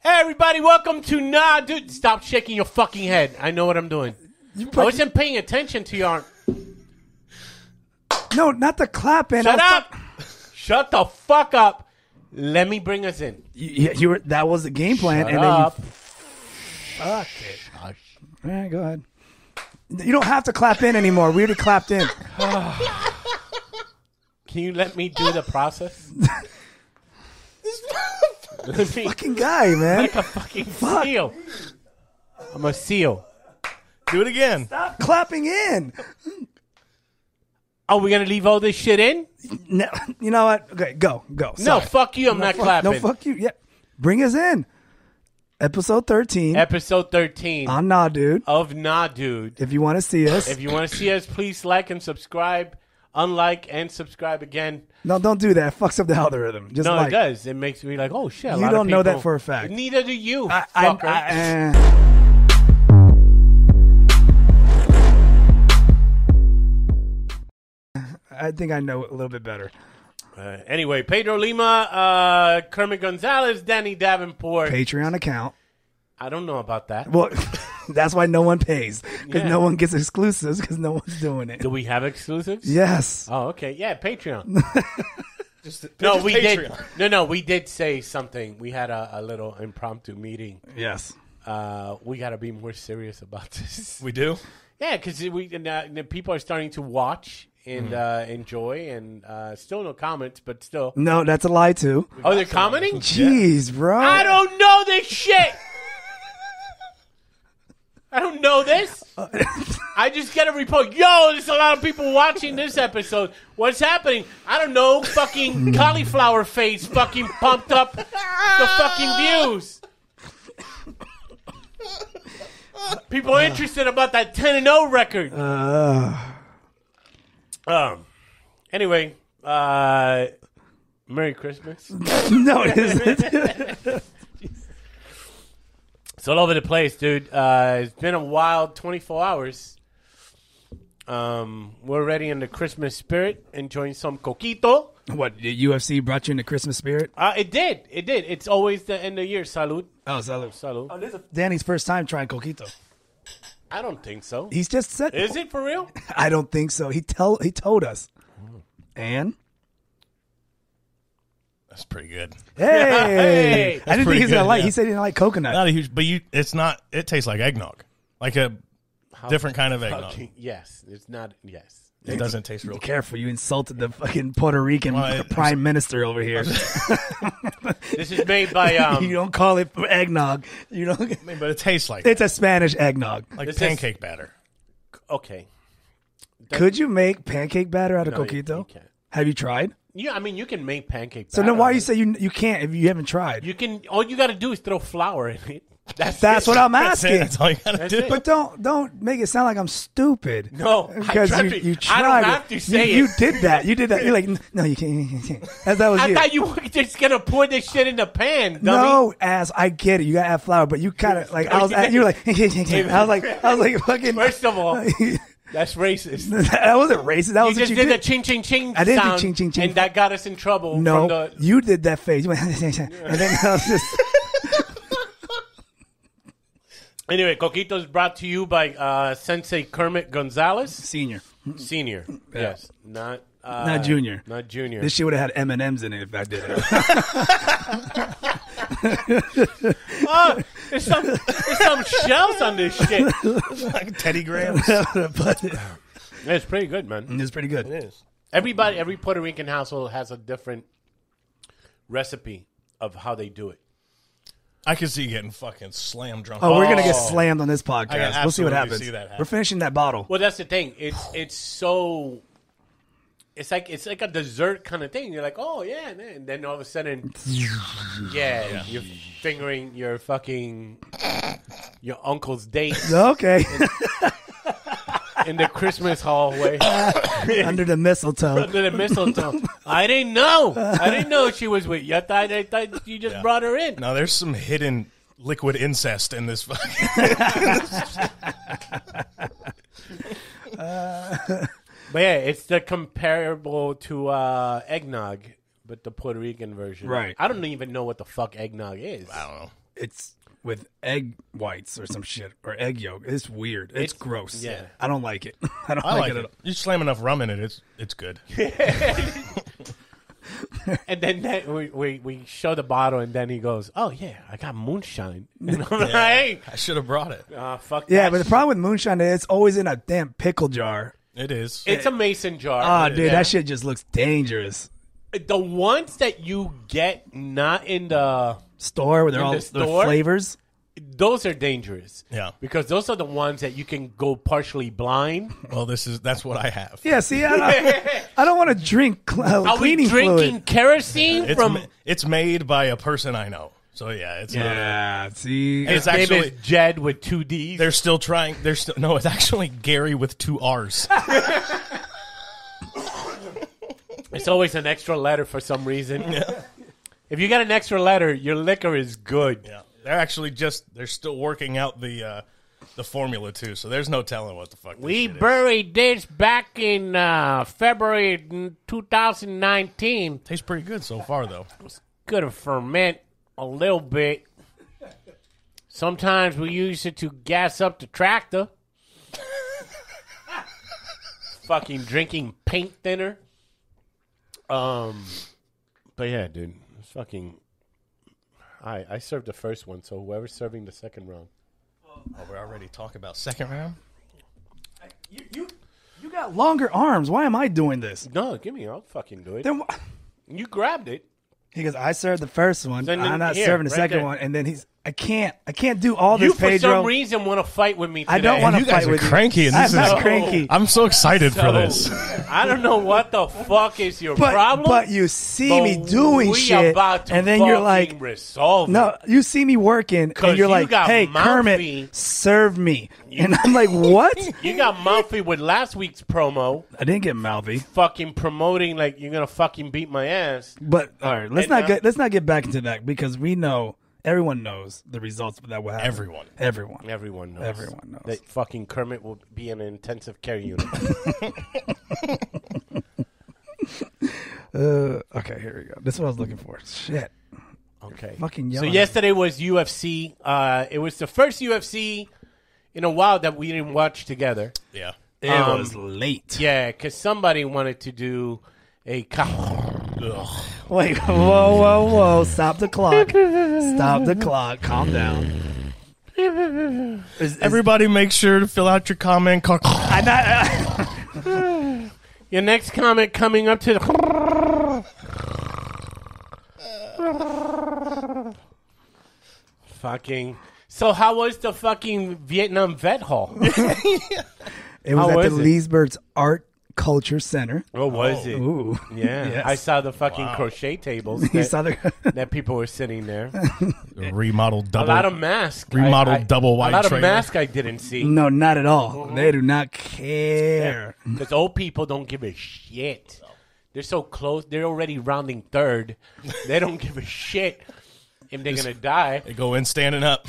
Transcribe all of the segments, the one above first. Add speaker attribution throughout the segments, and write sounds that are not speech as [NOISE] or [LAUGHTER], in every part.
Speaker 1: Hey, everybody, welcome to Nah, dude. Stop shaking your fucking head. I know what I'm doing.
Speaker 2: You
Speaker 1: I
Speaker 2: put-
Speaker 1: wasn't paying attention to your.
Speaker 2: no, not the clapping.
Speaker 1: Shut
Speaker 2: I was
Speaker 1: up! Shut the fuck up! Let me bring us in.
Speaker 2: fu- You, you were, that was the game plan,
Speaker 1: Shut
Speaker 2: and
Speaker 1: up. Fuck it. Hush.
Speaker 2: then you, all right, go ahead. You don't have to clap in anymore. We already clapped in.
Speaker 1: Can you let me do the
Speaker 2: [LAUGHS]
Speaker 1: process? let me
Speaker 2: Fucking guy, man.
Speaker 1: like a fucking seal. I'm a seal.
Speaker 3: Do it again.
Speaker 2: Stop clapping in.
Speaker 1: Are we gonna leave all this shit in?
Speaker 2: No, you know what? Okay, go, go.
Speaker 1: No,
Speaker 2: Sorry.
Speaker 1: fuck you. I'm not
Speaker 2: fuck-
Speaker 1: clapping.
Speaker 2: No, fuck you. Yeah, bring us in. Episode thirteen.
Speaker 1: Episode 13
Speaker 2: on Nah, dude.
Speaker 1: of Nah, dude.
Speaker 2: If you want to see us,
Speaker 1: If you want to see us, please like and subscribe. Unlike and subscribe again.
Speaker 2: no, don't do that. It fucks up the algorithm. Just
Speaker 1: No,
Speaker 2: like
Speaker 1: it does. It makes me like, oh shit. a
Speaker 2: You
Speaker 1: lot of
Speaker 2: don't know that
Speaker 1: people-
Speaker 2: for a fact.
Speaker 1: Neither do you,
Speaker 2: I, I,
Speaker 1: fucker.
Speaker 2: I, eh.
Speaker 1: Eh.
Speaker 2: I think I know it a little bit better.
Speaker 1: Uh, anyway, Pedro Lima, uh, Kermit Gonzalez, Danny Davenport.
Speaker 2: Patreon account.
Speaker 1: I don't know about that.
Speaker 2: Well, [LAUGHS] that's why no one pays because
Speaker 1: Yeah.
Speaker 2: no one gets exclusives because no one's doing
Speaker 1: [LAUGHS]
Speaker 2: it.
Speaker 1: Do we have exclusives?
Speaker 2: Yes.
Speaker 1: Oh, okay. Yeah, [LAUGHS] Patreon.
Speaker 3: Just,
Speaker 1: No,
Speaker 3: just
Speaker 1: we did.
Speaker 3: Patreon.
Speaker 1: No, no, we did say something. We had a, a little impromptu meeting.
Speaker 2: Yes.
Speaker 1: Uh, we got to be more serious about [LAUGHS] this.
Speaker 3: We do.
Speaker 1: yeah, because we and, uh, the people are starting to watch and
Speaker 3: Mm-hmm.
Speaker 1: uh, enjoy, and uh, still no comments, but still.
Speaker 2: No, that's a lie too.
Speaker 1: Oh, they're commenting.
Speaker 2: Jeez, bro.
Speaker 1: I don't know this shit. I don't know this. I just get a report. Yo, there's a lot of people watching this episode. What's happening? I don't know. Fucking cauliflower face fucking pumped up the fucking views. People are interested about that 10 and 0 record. Um, anyway, uh, Merry Christmas.
Speaker 2: [LAUGHS]
Speaker 1: [LAUGHS]
Speaker 2: No, it isn't.
Speaker 1: It's all over the place, dude. Uh, it's been a wild 24 hours. Um, we're already in the Christmas spirit, enjoying some coquito.
Speaker 2: what the UFC brought you into Christmas spirit?
Speaker 1: Uh, it did, it did. It's always the end of year. Salud,
Speaker 2: Oh, salud.
Speaker 1: salud.
Speaker 2: Danny's first time trying coquito.
Speaker 1: I don't think so.
Speaker 2: He's just said.
Speaker 1: Is it for
Speaker 2: [LAUGHS]
Speaker 1: real?
Speaker 2: I don't think so. He tell he told us.
Speaker 1: Oh.
Speaker 2: And
Speaker 3: That's pretty good.
Speaker 2: [LAUGHS] hey,
Speaker 1: Hey,
Speaker 2: I didn't
Speaker 3: pretty
Speaker 2: think he's gonna
Speaker 3: good,
Speaker 2: like.
Speaker 3: yeah.
Speaker 2: He said he didn't like coconut.
Speaker 3: Not a huge, but you. It's not. It tastes like eggnog, like a different kind of eggnog.
Speaker 1: Okay, Yes, it's not. Yes,
Speaker 3: It doesn't taste real.
Speaker 2: Careful, you insulted the fucking Puerto Rican
Speaker 3: Well,
Speaker 2: [LAUGHS]
Speaker 3: it-
Speaker 2: prime minister
Speaker 1: [LAUGHS]
Speaker 2: over here.
Speaker 1: this is made by
Speaker 2: [LAUGHS] you
Speaker 1: um.
Speaker 2: don't call it eggnog. You don't. [LAUGHS]
Speaker 3: I mean, but it tastes like
Speaker 2: It's a Spanish eggnog.
Speaker 3: like
Speaker 1: This is-
Speaker 3: pancake batter.
Speaker 1: Okay,
Speaker 2: Could you make pancake batter out of
Speaker 1: No, you-
Speaker 2: coquito?
Speaker 1: you can't.
Speaker 2: Have you tried?
Speaker 1: yeah. I mean, you can make pancake.
Speaker 2: So then
Speaker 1: batter.
Speaker 2: why you say you you can't if you haven't tried?
Speaker 1: You can. All you got to do is throw flour in it. [LAUGHS] That's
Speaker 2: That's
Speaker 1: it.
Speaker 2: what I'm
Speaker 3: That's it.
Speaker 2: asking.
Speaker 3: That's all you gotta
Speaker 1: That's
Speaker 3: do.
Speaker 1: it. [LAUGHS]
Speaker 2: But don't don't make it sound like I'm stupid.
Speaker 1: No, I
Speaker 2: because
Speaker 1: tried
Speaker 2: you,
Speaker 1: to-
Speaker 2: you
Speaker 1: I
Speaker 2: tried.
Speaker 1: don't
Speaker 2: it.
Speaker 1: have to say
Speaker 2: you, you
Speaker 1: it.
Speaker 2: did that. You did that. You're
Speaker 1: [LAUGHS]
Speaker 2: like, "N- no, you can't. you can't." As that was
Speaker 1: I
Speaker 2: you.
Speaker 1: thought you were just gonna pour this shit in the pan. Dummy.
Speaker 2: no, ass. I get it. You gotta add flour, but you kind of like I was. at- You were like, [LAUGHS] I was like, I was like, fucking.
Speaker 1: First of
Speaker 2: [LAUGHS]
Speaker 1: all, that's racist.
Speaker 2: that wasn't racist. That
Speaker 1: You
Speaker 2: was
Speaker 1: just
Speaker 2: what you
Speaker 1: did, the
Speaker 2: did.
Speaker 1: ching ching ching.
Speaker 2: I didn't do
Speaker 1: sound,
Speaker 2: ching, ching, ching.
Speaker 1: and that got us in trouble.
Speaker 2: No,
Speaker 1: from the,
Speaker 2: you did that face. You went, [LAUGHS] and then I was just.
Speaker 1: anyway, Coquito is brought to you by uh, Sensei Kermit Gonzalez
Speaker 2: Senior,
Speaker 1: Senior. Yes, not uh,
Speaker 2: not junior.
Speaker 1: not junior.
Speaker 2: This shit would have had M and M's in it if I did it. [LAUGHS]
Speaker 1: oh, there's some there's some shells on this shit.
Speaker 3: [LAUGHS] like Teddy Grahams.
Speaker 2: but it
Speaker 1: It's pretty good, man.
Speaker 2: was pretty good.
Speaker 1: Everybody, every Puerto Rican household has a different recipe of how they do it.
Speaker 3: I could see you getting fucking slam drunk.
Speaker 2: Oh, we're gonna get
Speaker 1: Oh.
Speaker 2: slammed on this
Speaker 3: I
Speaker 2: podcast.
Speaker 3: can
Speaker 2: We'll see what
Speaker 3: absolutely
Speaker 2: happens.
Speaker 3: see that happen.
Speaker 2: We're finishing that bottle.
Speaker 1: Well, that's the thing. It's it's so. It's like it's like a dessert kind of thing. You're like, oh yeah, and then, and then all of a sudden, yeah, you're fingering your fucking your uncle's date
Speaker 2: [LAUGHS] Okay,
Speaker 1: in the Christmas hallway
Speaker 2: [LAUGHS] under the mistletoe.
Speaker 1: under the mistletoe. I didn't know. I didn't know she was with you. I thought, I thought you just brought her in.
Speaker 3: Now Oh, there's some hidden liquid incest in this fucking. [LAUGHS]
Speaker 1: But yeah, it's the comparable to uh, eggnog, but the Puerto Rican version.
Speaker 2: Right.
Speaker 1: I don't even know what the fuck eggnog is.
Speaker 3: I don't know.
Speaker 2: it's with egg whites or some shit or egg yolk. It's weird.
Speaker 1: It's-
Speaker 2: It's, gross.
Speaker 1: yeah.
Speaker 2: I don't like it. [LAUGHS] I don't
Speaker 3: I like
Speaker 2: it.
Speaker 3: it. You slam enough rum in it, it's it's good.
Speaker 1: And then that, we, we we show the bottle, and then he goes, "Oh yeah, I got moonshine." [LAUGHS] And I'm like,
Speaker 3: I should have brought it.
Speaker 1: "Ah, fuck
Speaker 2: Yeah,
Speaker 1: that
Speaker 2: but the
Speaker 1: shit."
Speaker 2: problem with moonshine is it's always in a damn pickle jar.
Speaker 3: It is.
Speaker 1: it's a mason jar.
Speaker 2: Ah, dude,
Speaker 3: Yeah.
Speaker 2: that shit just looks dangerous.
Speaker 1: the ones that you get not in the
Speaker 2: Store where they're
Speaker 1: In
Speaker 2: all
Speaker 1: the
Speaker 2: their
Speaker 1: store?
Speaker 2: flavors.
Speaker 1: those are dangerous.
Speaker 3: Yeah.
Speaker 1: because those are the ones that you can go partially
Speaker 2: [LAUGHS]
Speaker 1: blind.
Speaker 3: well, this is that's what I have.
Speaker 2: Yeah, see, I
Speaker 1: [LAUGHS]
Speaker 2: don't, I don't want to drink cl- uh,
Speaker 1: Are we
Speaker 2: cleaning
Speaker 1: drinking
Speaker 2: fluid.
Speaker 1: kerosene
Speaker 3: It's
Speaker 1: from?
Speaker 3: ma- it's made by a person I know. So yeah, it's not a-
Speaker 2: Yeah, see,
Speaker 3: and it's
Speaker 1: His name
Speaker 3: actually
Speaker 1: is Jed with two D's.
Speaker 3: they're still trying. They're still no. It's actually Gary with two
Speaker 1: [LAUGHS]
Speaker 3: R's.
Speaker 1: It's always an extra letter for some
Speaker 3: [LAUGHS]
Speaker 1: reason. If you got an extra letter, your liquor is good.
Speaker 3: Yeah, they're actually just they're still working out the uh, the formula too. So there's no telling what the fuck. this
Speaker 1: We
Speaker 3: shit is.
Speaker 1: buried this back in uh, February 2019.
Speaker 3: tastes pretty good so far though.
Speaker 1: Gonna ferment a little bit. Sometimes we use it to gas up the tractor. Fucking drinking paint thinner. Um, but yeah, dude, it's fucking. I I served the first one, so whoever's serving the second round.
Speaker 3: Oh, we're already talking about second round.
Speaker 2: you, you, you got longer arms. Why am I doing this?
Speaker 1: No, give me. I'll fucking do it.
Speaker 2: Then wh-
Speaker 1: You grabbed it.
Speaker 2: he goes, I served the first one.
Speaker 1: Then-
Speaker 2: I'm not
Speaker 1: here,
Speaker 2: serving the
Speaker 1: right
Speaker 2: second
Speaker 1: there.
Speaker 2: one. And then he's, I can't, I can't do all this,
Speaker 1: You for
Speaker 2: Pedro.
Speaker 1: some reason want to fight with me. Today.
Speaker 2: I don't want to
Speaker 3: you guys
Speaker 2: fight
Speaker 3: are
Speaker 2: with you.
Speaker 3: cranky and
Speaker 2: I'm
Speaker 3: this is-
Speaker 2: not cranky.
Speaker 3: I'm so excited for this.
Speaker 1: I don't know what the fuck is your
Speaker 2: But,
Speaker 1: problem.
Speaker 2: but you see
Speaker 1: but
Speaker 2: me doing
Speaker 1: we
Speaker 2: shit,
Speaker 1: about to
Speaker 2: and then you're
Speaker 1: fucking
Speaker 2: like,
Speaker 1: resolve.
Speaker 2: no,
Speaker 1: it.
Speaker 2: you see me working,
Speaker 1: 'Cause
Speaker 2: and you're
Speaker 1: you
Speaker 2: like,
Speaker 1: got
Speaker 2: hey,
Speaker 1: mouthy.
Speaker 2: Kermit, serve me. And
Speaker 1: [LAUGHS]
Speaker 2: I'm like, what?
Speaker 1: you got mouthy with last week's promo,
Speaker 2: I didn't get mouthy,
Speaker 1: fucking promoting like you're gonna fucking beat my ass.
Speaker 2: but all right, let's
Speaker 1: And
Speaker 2: not
Speaker 1: now-
Speaker 2: get let's not get back into that because we know everyone knows the results that will happen.
Speaker 3: Everyone.
Speaker 2: everyone,
Speaker 1: Everyone knows.
Speaker 2: Everyone knows.
Speaker 1: that fucking Kermit will be in an intensive care
Speaker 2: [LAUGHS]
Speaker 1: unit.
Speaker 2: Uh, okay, here we go. This is what I was looking for. Shit,
Speaker 1: okay.
Speaker 2: fucking
Speaker 1: So
Speaker 2: yelling.
Speaker 1: yesterday was UFC. Uh, it was the first UFC in a while that we didn't watch together.
Speaker 3: Yeah,
Speaker 2: it
Speaker 1: um,
Speaker 2: was late.
Speaker 1: Yeah, because somebody wanted to do a. [LAUGHS] Ca-
Speaker 3: Ugh.
Speaker 2: Wait, [LAUGHS] whoa, whoa, whoa! Stop the clock! Stop the clock! Calm down. Is- is-
Speaker 3: everybody, make sure to fill out your comment. Call-
Speaker 2: I not,
Speaker 1: Your next comment coming up to the. fucking. So how was the fucking Vietnam Vet Hall?
Speaker 2: it was
Speaker 1: How
Speaker 2: at the
Speaker 1: was it?
Speaker 2: Leesburg's Art Culture Center.
Speaker 1: What was it?
Speaker 2: Ooh,
Speaker 1: Yeah,
Speaker 2: Yes.
Speaker 1: I saw the fucking crochet tables
Speaker 2: [LAUGHS] you
Speaker 1: that,
Speaker 2: saw the
Speaker 1: that people were sitting
Speaker 2: [LAUGHS]
Speaker 1: there.
Speaker 3: remodeled
Speaker 1: A
Speaker 3: double.
Speaker 1: lot of masks.
Speaker 3: Remodeled double
Speaker 1: A
Speaker 3: wide
Speaker 1: lot
Speaker 3: trailer.
Speaker 1: of masks I didn't see
Speaker 2: no, not at all. They do not care.
Speaker 1: because old people don't give a shit. They're so close. They're already rounding third. They don't give a shit if they're gonna die.
Speaker 3: they go in standing
Speaker 1: [LAUGHS]
Speaker 3: up.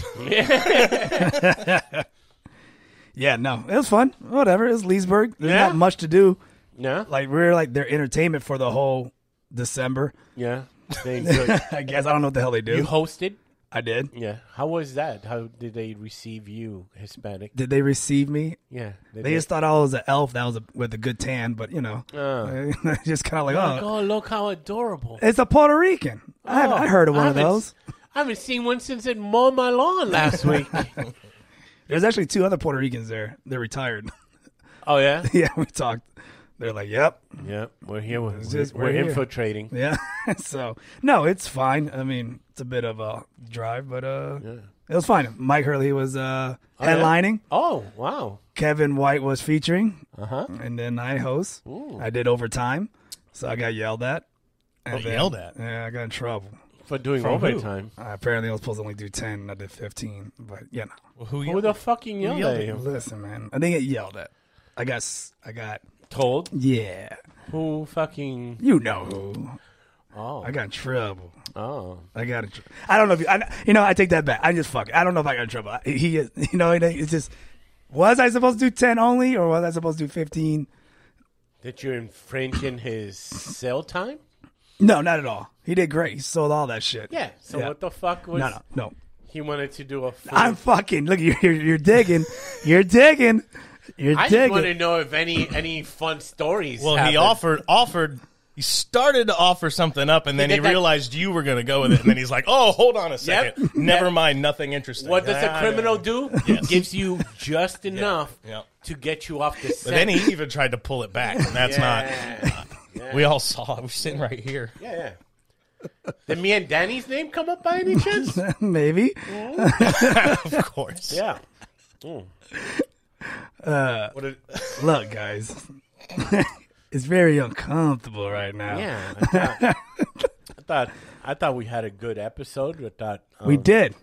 Speaker 2: Yeah, no, it was fun. Whatever, it's Leesburg. There's
Speaker 1: Yeah.
Speaker 2: not much to do.
Speaker 1: No.
Speaker 2: Like we are like their entertainment for the whole December. [LAUGHS]
Speaker 1: Yeah. They enjoy-
Speaker 2: I guess I don't know what the hell they do.
Speaker 1: you hosted?
Speaker 2: I did.
Speaker 1: Yeah. How was that? How did they receive you, Hispanic?
Speaker 2: Did they receive me?
Speaker 1: Yeah.
Speaker 2: They just thought I was an elf that was a, with a good tan, but you know, [LAUGHS]
Speaker 1: Oh.
Speaker 2: just kind of like,
Speaker 1: Like,
Speaker 2: oh,
Speaker 1: oh, look how adorable.
Speaker 2: it's a Puerto Rican. I, haven't- I heard of one
Speaker 1: Oh, I
Speaker 2: of
Speaker 1: haven't-
Speaker 2: those.
Speaker 1: I haven't seen one since it mowed my lawn
Speaker 2: [LAUGHS]
Speaker 1: last week.
Speaker 2: There's actually two other Puerto Ricans there. They're retired. [LAUGHS]
Speaker 1: oh yeah.
Speaker 2: yeah, we talked. They're like, yep,
Speaker 1: Yeah. We're here. We're,
Speaker 2: just-
Speaker 1: we're
Speaker 2: we're here.
Speaker 1: infiltrating.
Speaker 2: yeah. [LAUGHS] so no, it's fine. I mean, it's a bit of a drive, but uh, it was fine. Mike Hurley was uh headlining.
Speaker 1: Oh wow.
Speaker 2: Kevin White was featuring, uh-huh. and then I host. I did overtime, so I got yelled at. And then-
Speaker 3: yelled at?
Speaker 2: Yeah, I got in trouble.
Speaker 1: For doing overtime.
Speaker 2: Uh, apparently, I was supposed to only do ten, and I did fifteen. But you know,
Speaker 3: Who
Speaker 1: Who the fucking yelled
Speaker 3: yelled
Speaker 1: at
Speaker 3: at
Speaker 1: you?
Speaker 2: listen, man, I didn't get yelled at. I got, s- I got,
Speaker 1: Told
Speaker 2: yeah,
Speaker 1: who fucking
Speaker 2: you know who.
Speaker 1: oh
Speaker 2: I got in trouble.
Speaker 1: oh
Speaker 2: I got in trouble. I don't know if you, I, you know. I take that back. I just fuck. it. I don't know if I got in trouble. I, he, is- you know, it- it's just. Was I supposed to do ten only, or was I supposed to do fifteen?
Speaker 1: did you infringe in his cell time?
Speaker 2: No, not at all. He did great. He sold all that shit.
Speaker 1: Yeah. So
Speaker 2: Yeah.
Speaker 1: what the fuck was
Speaker 2: No, no, no.
Speaker 1: He wanted to do a. Full,
Speaker 2: I'm fucking look. You're you're, you're digging. You're digging. You're
Speaker 1: I just
Speaker 2: digging.
Speaker 1: want to know if any any fun stories.
Speaker 3: Well, he
Speaker 1: happened.
Speaker 3: offered offered. He started to offer something up, and then he,
Speaker 1: did that-
Speaker 3: realized you were going to go with it. And then he's like, "Oh, hold on a second. Never mind. Nothing interesting."
Speaker 1: What does
Speaker 3: Ah,
Speaker 1: a criminal do?
Speaker 3: [LAUGHS] Yes.
Speaker 1: Gives you just enough
Speaker 3: yeah.
Speaker 1: to get you off the
Speaker 3: But
Speaker 1: set.
Speaker 3: then he even tried to pull it back, and that's
Speaker 1: yeah.
Speaker 3: not. We all saw it. We're sitting right here. [LAUGHS]
Speaker 1: yeah, yeah. Did me and Danny's name come up by
Speaker 3: [LAUGHS]
Speaker 1: any chance?
Speaker 2: [LAUGHS] Maybe.
Speaker 3: Of course.
Speaker 1: yeah. Uh, what a,
Speaker 2: Look, guys. [LAUGHS] it's very uncomfortable right now.
Speaker 1: yeah. I thought, I thought I thought we had a good episode. I thought um,
Speaker 2: We did.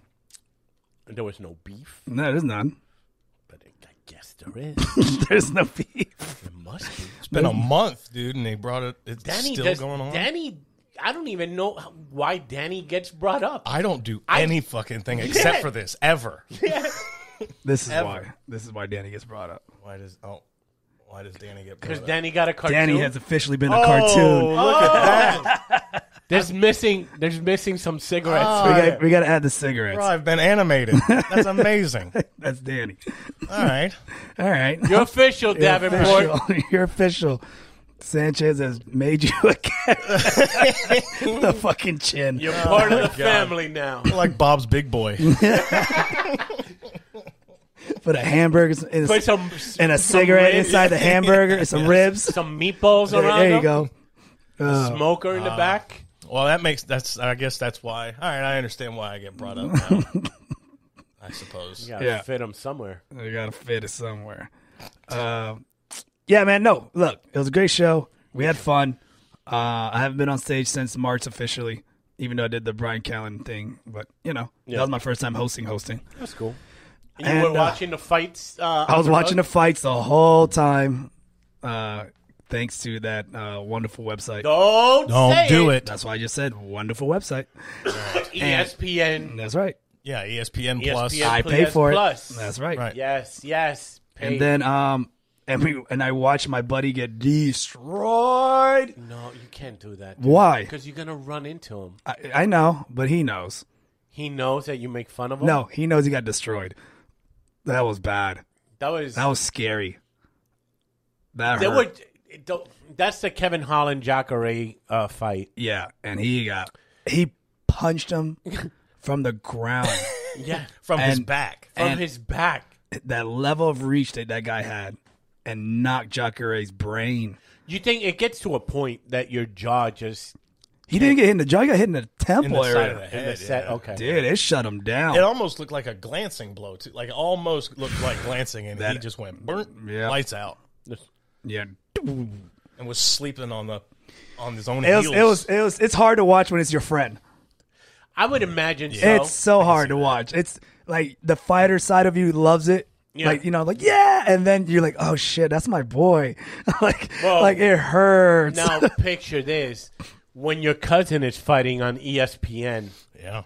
Speaker 1: There was no beef,
Speaker 2: No, there's none. [LAUGHS]
Speaker 1: but I guess there is.
Speaker 2: there's no beef.
Speaker 1: There must be.
Speaker 3: It's been a month, dude, and they brought it. It's
Speaker 1: Danny
Speaker 3: still
Speaker 1: does,
Speaker 3: going on.
Speaker 1: Danny, I don't even know how- why Danny gets brought up.
Speaker 3: I don't do any fucking thing except for this
Speaker 1: [LAUGHS]
Speaker 3: ever.
Speaker 2: This is why. This is why Danny gets brought up.
Speaker 3: Why does oh? Why does Danny get?
Speaker 1: Because Danny got a cartoon.
Speaker 2: Danny has officially been a cartoon.
Speaker 1: look at that. There's missing there's missing some cigarettes.
Speaker 2: we, got, we got to add the cigarettes.
Speaker 3: Bro, I've been animated. That's
Speaker 1: [LAUGHS]
Speaker 3: amazing.
Speaker 2: That's Danny.
Speaker 3: All right.
Speaker 2: All right.
Speaker 1: You're official,
Speaker 2: You're
Speaker 1: Davenport.
Speaker 2: official. [LAUGHS] You're official. Sanchez has made you a cat. [LAUGHS] the fucking chin.
Speaker 1: You're part of the
Speaker 3: God.
Speaker 1: family now.
Speaker 3: Like Bob's big boy.
Speaker 2: Put a hamburger in a,
Speaker 1: Put some
Speaker 2: [LAUGHS] and a cigarette
Speaker 1: [LAUGHS]
Speaker 2: inside the hamburger and some ribs.
Speaker 1: some meatballs
Speaker 2: There,
Speaker 1: around.
Speaker 2: there you
Speaker 1: him.
Speaker 2: go.
Speaker 1: Smoker in the back.
Speaker 3: Well, that makes that's. I guess that's why. All right, I understand why I get brought up [LAUGHS] now. I suppose.
Speaker 1: You gotta
Speaker 2: Yeah.
Speaker 1: fit him somewhere.
Speaker 2: You gotta fit it somewhere. Um, yeah, man. No, look, it was a great show. We had fun. Uh, I haven't been on stage since March officially, even though I did the Brian Callen thing. But you know, that was my first time hosting. Hosting.
Speaker 1: That's cool. You
Speaker 2: And,
Speaker 1: were
Speaker 2: uh,
Speaker 1: watching the fights. Uh,
Speaker 2: I was watching the fights the whole time, uh, thanks to that uh, wonderful website.
Speaker 1: Don't say E
Speaker 3: Don't do it.
Speaker 2: That's why I just said wonderful website.
Speaker 1: ESPN.
Speaker 2: That's right.
Speaker 3: Yeah, E ESPN, Plus.
Speaker 1: ESPN
Speaker 2: I pay
Speaker 1: Plus
Speaker 2: for it.
Speaker 1: Plus.
Speaker 2: That's right.
Speaker 3: Right.
Speaker 1: Yes. Yes. Pay.
Speaker 2: And then um, and we and I watched my buddy get destroyed.
Speaker 1: no, you can't do that.
Speaker 2: Why?
Speaker 1: Because you're gonna run into him.
Speaker 2: I, I know, but he knows.
Speaker 1: He knows that you make fun of him.
Speaker 2: No, he knows he got destroyed. That was bad.
Speaker 1: that was
Speaker 2: That was scary. That
Speaker 1: They
Speaker 2: hurt.
Speaker 1: were, it don't- that's the Kevin Holland Jacare uh, fight.
Speaker 2: yeah, and he got he punched him [LAUGHS] from the ground.
Speaker 1: Yeah.
Speaker 3: From his
Speaker 2: And-
Speaker 3: back.
Speaker 1: [LAUGHS] From
Speaker 2: And-
Speaker 1: his back.
Speaker 2: that level of reach that that guy had, and knocked Jacare's brain.
Speaker 1: You think it gets to a point that your jaw just
Speaker 2: He didn't get hit in the jaw. He got hit in the temple
Speaker 3: In the
Speaker 2: area.
Speaker 3: side of the
Speaker 1: in
Speaker 3: head.
Speaker 1: the set?
Speaker 3: yeah.
Speaker 1: Okay.
Speaker 2: Dude, it shut him down.
Speaker 3: It almost looked like a glancing blow, too. Like almost looked like glancing, and he just went burnt,
Speaker 2: Yeah.
Speaker 3: lights out,
Speaker 2: yeah.
Speaker 3: and was sleeping on the on his own
Speaker 2: It was,
Speaker 3: heels.
Speaker 2: it was. It was. It's hard to watch when it's your friend.
Speaker 1: I would imagine so.
Speaker 2: It's [LAUGHS] so hard to watch. It's like the fighter side of you loves it.
Speaker 1: Yeah.
Speaker 2: Like you know, like yeah, and then you're like, oh shit, that's my boy. [LAUGHS] like,
Speaker 1: Well,
Speaker 2: like it hurts.
Speaker 1: now picture this. When your cousin is fighting on E ESPN
Speaker 3: yeah.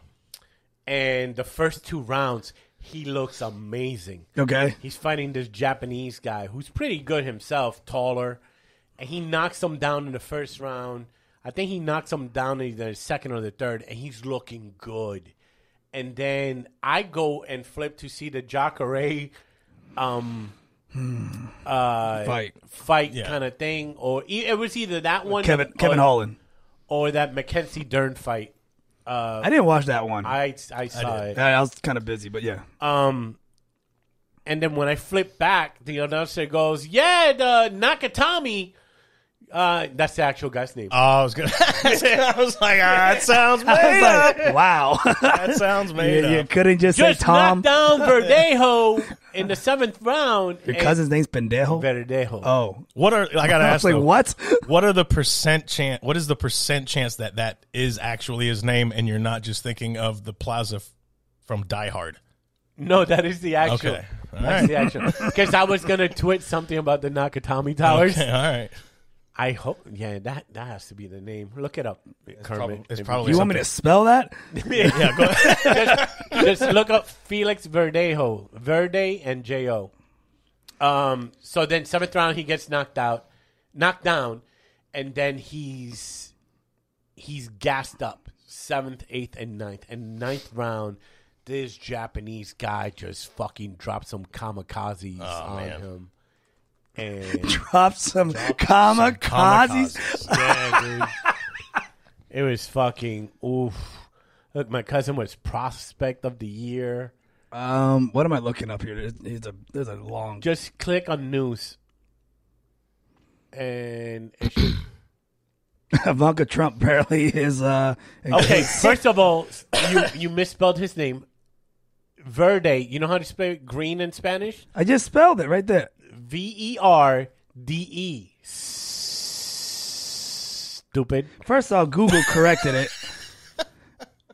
Speaker 1: and the first two rounds, he looks amazing.
Speaker 2: Okay,
Speaker 1: He's fighting this Japanese guy who's pretty good himself, taller, and he knocks him down in the first round. I think he knocks him down in the second or the third, and he's looking good. And then I go and flip to see the Jacare um,
Speaker 2: fight
Speaker 1: fight kind of thing, or e- it was either that one,
Speaker 2: Kevin
Speaker 1: or,
Speaker 2: Kevin Holland.
Speaker 1: or that Mackenzie Dern fight. Uh,
Speaker 2: I didn't watch that one. I,
Speaker 1: I I saw it.
Speaker 2: I was kind of busy, but yeah,
Speaker 1: Um, and then when I flip back, the announcer goes, "Yeah, the Nakatami." Uh, that's the actual guy's name.
Speaker 3: Oh, I was gonna. [LAUGHS] I was like, ah, that sounds made
Speaker 2: I was
Speaker 3: up.
Speaker 2: like, wow.
Speaker 3: That sounds made
Speaker 2: you, you
Speaker 3: up.
Speaker 2: couldn't just,
Speaker 1: Just
Speaker 2: say Tom.
Speaker 1: knocked down
Speaker 3: [LAUGHS]
Speaker 1: Verdejo in the seventh round.
Speaker 2: Your cousin's name's Pendejo.
Speaker 1: Verdejo.
Speaker 2: oh,
Speaker 3: What are I gotta
Speaker 2: I was
Speaker 3: ask?
Speaker 2: like,
Speaker 3: though,
Speaker 2: what?
Speaker 3: What are the percent chance? What is the percent chance that that is actually his name, and you're not just thinking of the Plaza f- from Die Hard?
Speaker 1: no, that is the actual.
Speaker 3: Okay, all
Speaker 1: That's
Speaker 3: right,
Speaker 1: the actual.
Speaker 3: [LAUGHS]
Speaker 1: Because I was gonna tweet something about the Nakatami Towers.
Speaker 3: okay, all right.
Speaker 1: I hope. Yeah, that that has to be the name. Look it up, Kermit.
Speaker 3: prob- it's probably-
Speaker 2: You want me to spell that?
Speaker 3: Yeah, go ahead.
Speaker 1: just look up Felix Verdejo, Verde and Jo. Um, so then seventh round he gets knocked out, knocked down, and then he's he's gassed up seventh, eighth, and ninth. And ninth round, this Japanese guy just fucking dropped some kamikazes on
Speaker 3: man.
Speaker 1: him. And
Speaker 2: Drop some kamikazes.
Speaker 1: yeah, dude. It was fucking oof. Look, my cousin was prospect of the year.
Speaker 2: Um, what am I looking up here? There's, there's a there's a long.
Speaker 1: Just click on news. And it should
Speaker 2: [LAUGHS] Ivanka Trump apparently is uh.
Speaker 1: Okay, first of all, you, you misspelled his name. Verde. You know how to spell green in Spanish?
Speaker 2: I just spelled it right there.
Speaker 1: V E R D E. Stupid.
Speaker 2: First off, Google
Speaker 1: [LAUGHS]
Speaker 2: corrected it,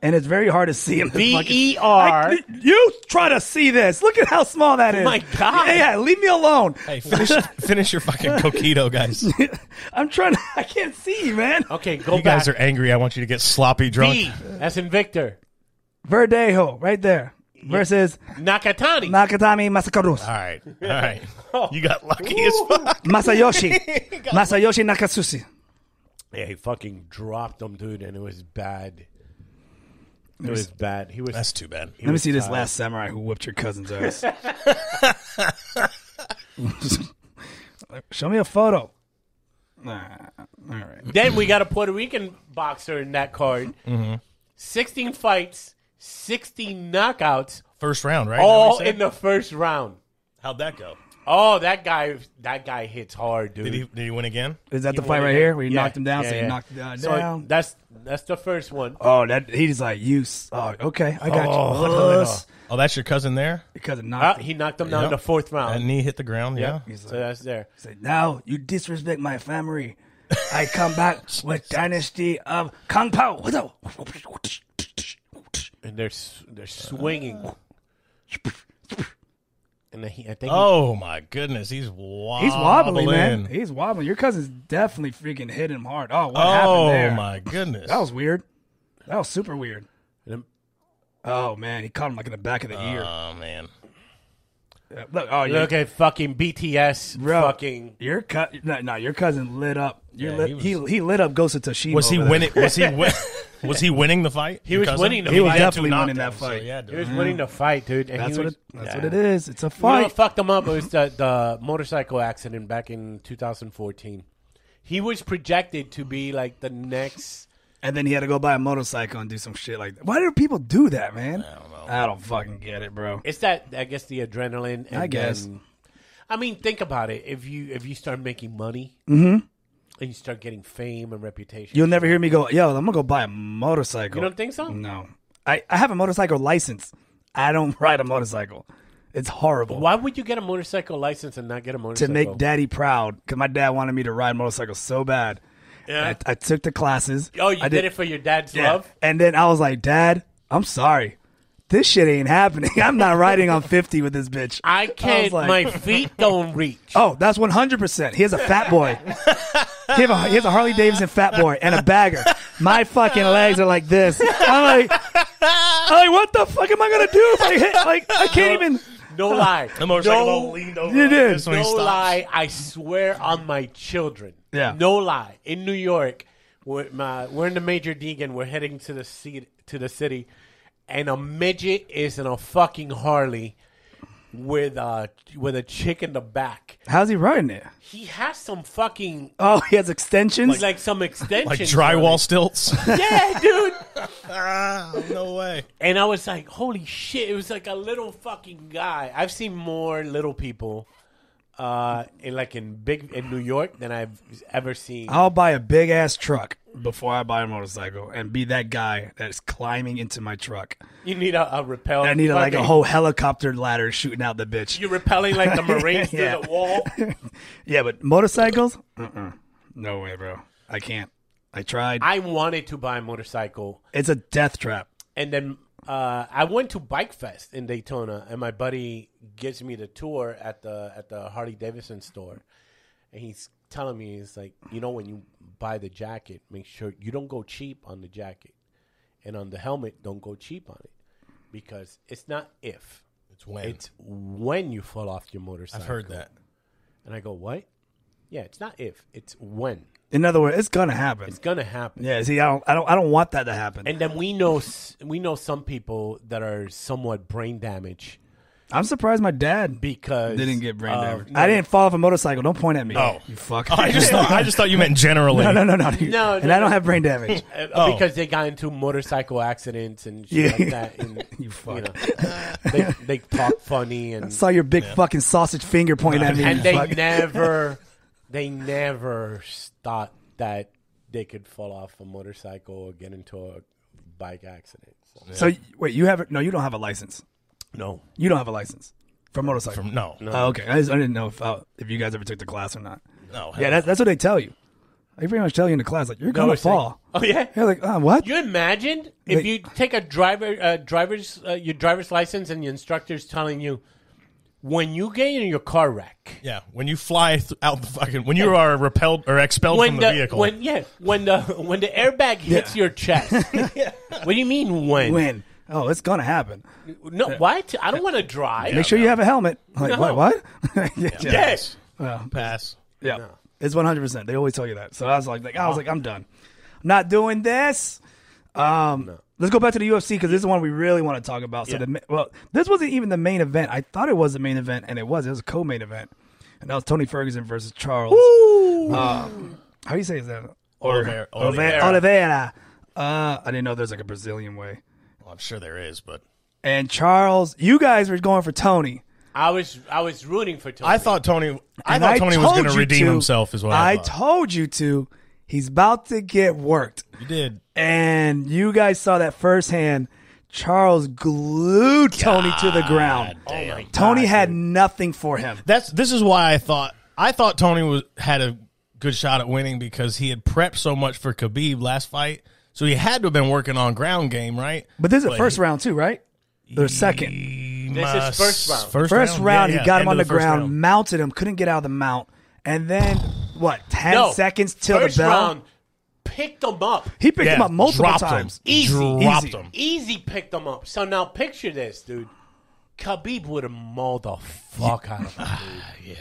Speaker 2: and it's very hard to see in this
Speaker 1: V
Speaker 2: fucking.
Speaker 1: E R.
Speaker 2: I- you try to see this. Look at how small that is.
Speaker 1: my God.
Speaker 2: Yeah, yeah, leave me alone.
Speaker 3: Hey, finish finish your fucking coquito, guys. You
Speaker 2: I'm trying. To, [LAUGHS] I can't see, man.
Speaker 1: Okay, go back.
Speaker 3: guys are angry. I want you to get sloppy drunk.
Speaker 1: V, as in Victor.
Speaker 2: Verdejo, right there, versus
Speaker 1: Nakatani.
Speaker 2: Nakatami Masakarusa.
Speaker 1: Ah. [LAUGHS]
Speaker 3: All right, all right. You got lucky as fuck.
Speaker 1: [LAUGHS]
Speaker 2: Masayoshi. Masayoshi Nakatsushi.
Speaker 1: yeah, he fucking dropped him, dude, and it was bad. It was bad. He was.
Speaker 3: That's too bad.
Speaker 2: Let me see this last samurai who whipped your
Speaker 1: [LAUGHS]
Speaker 2: cousin's ass. [LAUGHS] Show me a photo. Nah, all right.
Speaker 1: then we got a Puerto Rican boxer in that card. 16 fights, 16 knockouts,
Speaker 3: First round, right?
Speaker 1: all
Speaker 3: Nobody said?
Speaker 1: in the first round.
Speaker 3: How'd that go?
Speaker 1: Oh, that guy! That guy hits hard, dude.
Speaker 3: Did he did he win again?
Speaker 2: Is that the
Speaker 1: He
Speaker 2: fight
Speaker 1: won
Speaker 2: right
Speaker 1: again.
Speaker 2: here where you
Speaker 1: Yeah,
Speaker 2: knocked him down?
Speaker 1: yeah,
Speaker 2: so you
Speaker 1: yeah.
Speaker 2: knocked the guy
Speaker 1: So
Speaker 2: down.
Speaker 1: that's that's the first one.
Speaker 2: oh, that he's like you. s- Oh, okay, I got you. Puss.
Speaker 3: Oh, that's your cousin there.
Speaker 2: Because it
Speaker 1: Uh,
Speaker 2: knocked. him.
Speaker 1: he knocked him down in
Speaker 3: Yep.
Speaker 1: the fourth
Speaker 3: That
Speaker 1: round.
Speaker 3: knee hit the ground. Yeah.
Speaker 2: He's
Speaker 1: So
Speaker 2: like,
Speaker 1: that's there.
Speaker 2: he's like, now you disrespect my family. I come back with dynasty of Kung Pao. What the?
Speaker 1: And they're s- they're swinging. And then he, I think.
Speaker 3: Oh my goodness, he's wobbling.
Speaker 2: He's wobbling, man. He's wobbling. Your cousin's definitely freaking hit him hard. Oh, what happened
Speaker 3: Oh
Speaker 2: there?
Speaker 3: my goodness.
Speaker 2: That was weird. That was super weird.
Speaker 1: Him.
Speaker 2: Oh man, he caught him like in the back of the ear.
Speaker 3: Oh man.
Speaker 2: Yeah, Look, oh,
Speaker 1: Look at fucking BTS.
Speaker 2: Bro.
Speaker 1: Fucking.
Speaker 2: your cousin. No, no, your cousin lit up. Your
Speaker 3: Yeah,
Speaker 2: lit,
Speaker 3: he
Speaker 2: he,
Speaker 3: was-
Speaker 2: he lit up Ghost of Toshima.
Speaker 3: Was he
Speaker 2: over there.
Speaker 3: winning? Was he win- Was he winning the fight? He
Speaker 1: was winning the
Speaker 2: He was definitely winning that fight.
Speaker 3: yeah,
Speaker 1: He
Speaker 3: dude.
Speaker 1: was winning the fight, dude. And
Speaker 2: That's
Speaker 1: he
Speaker 2: what
Speaker 1: was,
Speaker 2: it, that's
Speaker 1: Yeah.
Speaker 2: what it is. It's a
Speaker 1: You know what
Speaker 2: fight.
Speaker 1: fucked him up was the, the motorcycle accident back in 2014. He was projected to be like the next.
Speaker 2: And then he had to go buy a motorcycle and do some shit like that. Why do people do that, man? I don't know. I don't fucking get it, bro.
Speaker 1: It's that I guess the adrenaline. And
Speaker 2: I guess.
Speaker 1: then- I mean, think about it. If you if you start making money,
Speaker 2: Mm-hmm.
Speaker 1: and you start getting fame and reputation,
Speaker 2: You'll never hear me go, yo, I'm gonna go buy a motorcycle.
Speaker 1: You don't think so?
Speaker 2: No. I, I have a motorcycle license. I don't [LAUGHS] ride a motorcycle. It's horrible.
Speaker 1: why would you get a motorcycle license and not get a
Speaker 2: to
Speaker 1: motorcycle?
Speaker 2: make daddy proud because my dad wanted me to ride motorcycles so bad.
Speaker 1: Yeah.
Speaker 2: I, I took the classes.
Speaker 1: oh, you
Speaker 2: I
Speaker 1: did, it for your dad's
Speaker 2: yeah.
Speaker 1: love.
Speaker 2: And then I was like, Dad, I'm sorry. This shit ain't happening. [LAUGHS] I'm not riding on 50 with this bitch.
Speaker 1: I can't.
Speaker 2: like-
Speaker 1: my feet don't reach.
Speaker 2: [LAUGHS] Oh, that's 100%. Here's a fat boy. Here's a, here's a Harley Davidson fat boy and a bagger. My fucking legs are like this. I'm like, I'm like, what the fuck am I going to do if I hit? Like, I can't even.
Speaker 1: No lie.
Speaker 3: The motorcycle
Speaker 1: no,
Speaker 3: all leaned over.
Speaker 2: You
Speaker 3: like
Speaker 2: did.
Speaker 3: this when he
Speaker 1: no
Speaker 3: stops.
Speaker 1: lie. I swear on my children.
Speaker 2: Yeah.
Speaker 1: No lie. In New York, we're, my, we're in the major Deegan. We're heading to the seat, to the city, and a midget is in a fucking Harley with a with a chick in the back.
Speaker 2: How's he riding it?
Speaker 1: He has some fucking
Speaker 2: Oh, he has extensions?
Speaker 1: like some extensions,
Speaker 3: Like
Speaker 1: on
Speaker 3: drywall stilts.
Speaker 1: it. Yeah, dude.
Speaker 3: ah, no way.
Speaker 1: And I was like, holy shit. It was like a little fucking guy. I've seen more little people uh, in like in big in New York than I've ever seen.
Speaker 2: I'll buy a big ass truck before I buy a motorcycle and be that guy that's climbing into my truck.
Speaker 1: You need a, a repel.
Speaker 2: I need a, like a
Speaker 1: fucking-
Speaker 2: whole helicopter ladder shooting out the bitch.
Speaker 1: You're repelling like the
Speaker 2: [LAUGHS]
Speaker 1: Marines
Speaker 2: Yeah.
Speaker 1: through the wall.
Speaker 2: Yeah, but motorcycles? Uh-uh. No way, bro. I can't. I tried.
Speaker 1: I wanted to buy a motorcycle,
Speaker 2: It's a death trap.
Speaker 1: and then uh, I went to Bike Fest in Daytona, and my buddy gives me the tour at the at the Harley Davidson store, and he's telling me he's like, you know, when you buy the jacket, make sure you don't go cheap on the jacket, and on the helmet, don't go cheap on it, because it's not if,
Speaker 3: It's when.
Speaker 1: it's when you fall off your motorcycle.
Speaker 3: I've heard that.
Speaker 1: And I go, what? Yeah, it's not if, it's when.
Speaker 2: In other words, it's gonna happen.
Speaker 1: It's gonna happen.
Speaker 2: yeah, see, I don't, I don't, I don't want that to happen.
Speaker 1: And then we know s- we know some people that are somewhat brain damaged
Speaker 2: I'm surprised my dad
Speaker 1: because
Speaker 2: didn't get brain
Speaker 1: of-
Speaker 2: damage.
Speaker 1: No,
Speaker 2: I didn't fall off a motorcycle. Don't point at me.
Speaker 3: Oh.
Speaker 2: you fuck.
Speaker 3: I
Speaker 2: [LAUGHS]
Speaker 3: just thought I just thought you meant generally.
Speaker 2: no, no, no, no, dude.
Speaker 1: No,
Speaker 2: and
Speaker 1: no,
Speaker 2: I don't
Speaker 1: no.
Speaker 2: have brain [LAUGHS] damage.
Speaker 1: uh,
Speaker 3: Oh.
Speaker 1: because they got into motorcycle accidents and shit
Speaker 2: Yeah.
Speaker 1: like that. And,
Speaker 2: [LAUGHS] You fuck.
Speaker 1: know, they they talk funny and
Speaker 2: Saw your big fucking sausage finger pointing at me.
Speaker 1: and
Speaker 2: you
Speaker 1: they
Speaker 2: fuck.
Speaker 1: never they never s- thought that they could fall off a motorcycle or get into a bike accident. So,
Speaker 2: so y- wait, you have a- no, you don't have a license.
Speaker 1: no,
Speaker 2: You don't have a license for motorcycle.
Speaker 3: From, no, no,
Speaker 2: Oh, okay, I, just, I didn't know if I, if you guys ever took the class or not.
Speaker 3: no.
Speaker 2: Yeah, that's, that's what they tell you. They pretty much tell you in the class like you're gonna
Speaker 1: it's like-
Speaker 2: fall.
Speaker 1: Oh yeah.
Speaker 2: You're like, oh, what?
Speaker 1: You imagine if
Speaker 2: Wait.
Speaker 1: you take a driver, uh, driver's uh, your driver's license, and your instructor's telling you when you get in your car wreck,
Speaker 3: yeah. When you fly th- out the fucking when you are repelled or expelled
Speaker 1: when
Speaker 3: from
Speaker 1: the,
Speaker 3: the, vehicle,
Speaker 1: when yeah, when the when the airbag hits your
Speaker 2: [LAUGHS]
Speaker 1: chest. What do you mean when?
Speaker 2: Win. Oh, it's gonna happen.
Speaker 1: No, what? I don't want to drive.
Speaker 2: Make sure you have a helmet. Like
Speaker 1: No.
Speaker 2: what? What? [LAUGHS] yeah,
Speaker 1: Yes.
Speaker 3: pass.
Speaker 2: Yeah. It's one hundred percent. They always tell you that. So I was like, like I was like, I'm done. I'm not doing this. Um, let's go back to the UFC because this is one we really want to talk about. So the the well, this wasn't even the main event. I thought it was the main event, and it was. It was a co-main event, and that was Tony Ferguson versus Charles. Uh, how do you say his name?
Speaker 3: Oliveira.
Speaker 2: Olive-
Speaker 3: Oliveira.
Speaker 2: Oliveira. Uh, I didn't know there's like a Brazilian way.
Speaker 3: Well, I'm sure there is, but
Speaker 2: And Charles, you guys were going for Tony.
Speaker 1: I was I was rooting for Tony.
Speaker 3: I thought Tony. I
Speaker 2: And
Speaker 3: thought Tony was
Speaker 2: told
Speaker 3: going to
Speaker 2: you
Speaker 3: redeem
Speaker 2: to.
Speaker 3: himself. Is what I,
Speaker 2: I
Speaker 3: thought.
Speaker 2: told you to. He's about to get worked.
Speaker 3: you did.
Speaker 2: and you guys saw that firsthand. Charles glued Tony to the ground.
Speaker 3: Oh
Speaker 1: damn. my
Speaker 2: Tony had nothing for him.
Speaker 3: That's this is why I thought I thought Tony was had a good shot at winning because he had prepped so much for Khabib last fight, so he had to have been working on ground game, right?
Speaker 2: But this is the
Speaker 3: But
Speaker 2: first round too, right? Or second.
Speaker 3: This
Speaker 1: is first round.
Speaker 2: First round,
Speaker 3: yeah, yeah,
Speaker 2: he got him
Speaker 3: end
Speaker 2: on the,
Speaker 3: of first
Speaker 2: ground,
Speaker 3: round.
Speaker 2: mounted him, couldn't get out of the mount, and then what? Ten
Speaker 1: no
Speaker 2: seconds till the
Speaker 1: first
Speaker 2: bell.
Speaker 1: round. Picked him up.
Speaker 2: He picked him
Speaker 3: Yeah,
Speaker 2: up multiple
Speaker 3: dropped him.
Speaker 2: times.
Speaker 1: Easy,
Speaker 3: dropped
Speaker 2: easy.
Speaker 3: him.
Speaker 1: Easy picked them up. So now picture this, dude. Khabib would have mauled the fuck out
Speaker 3: [SIGHS]
Speaker 1: of him.
Speaker 3: Yeah,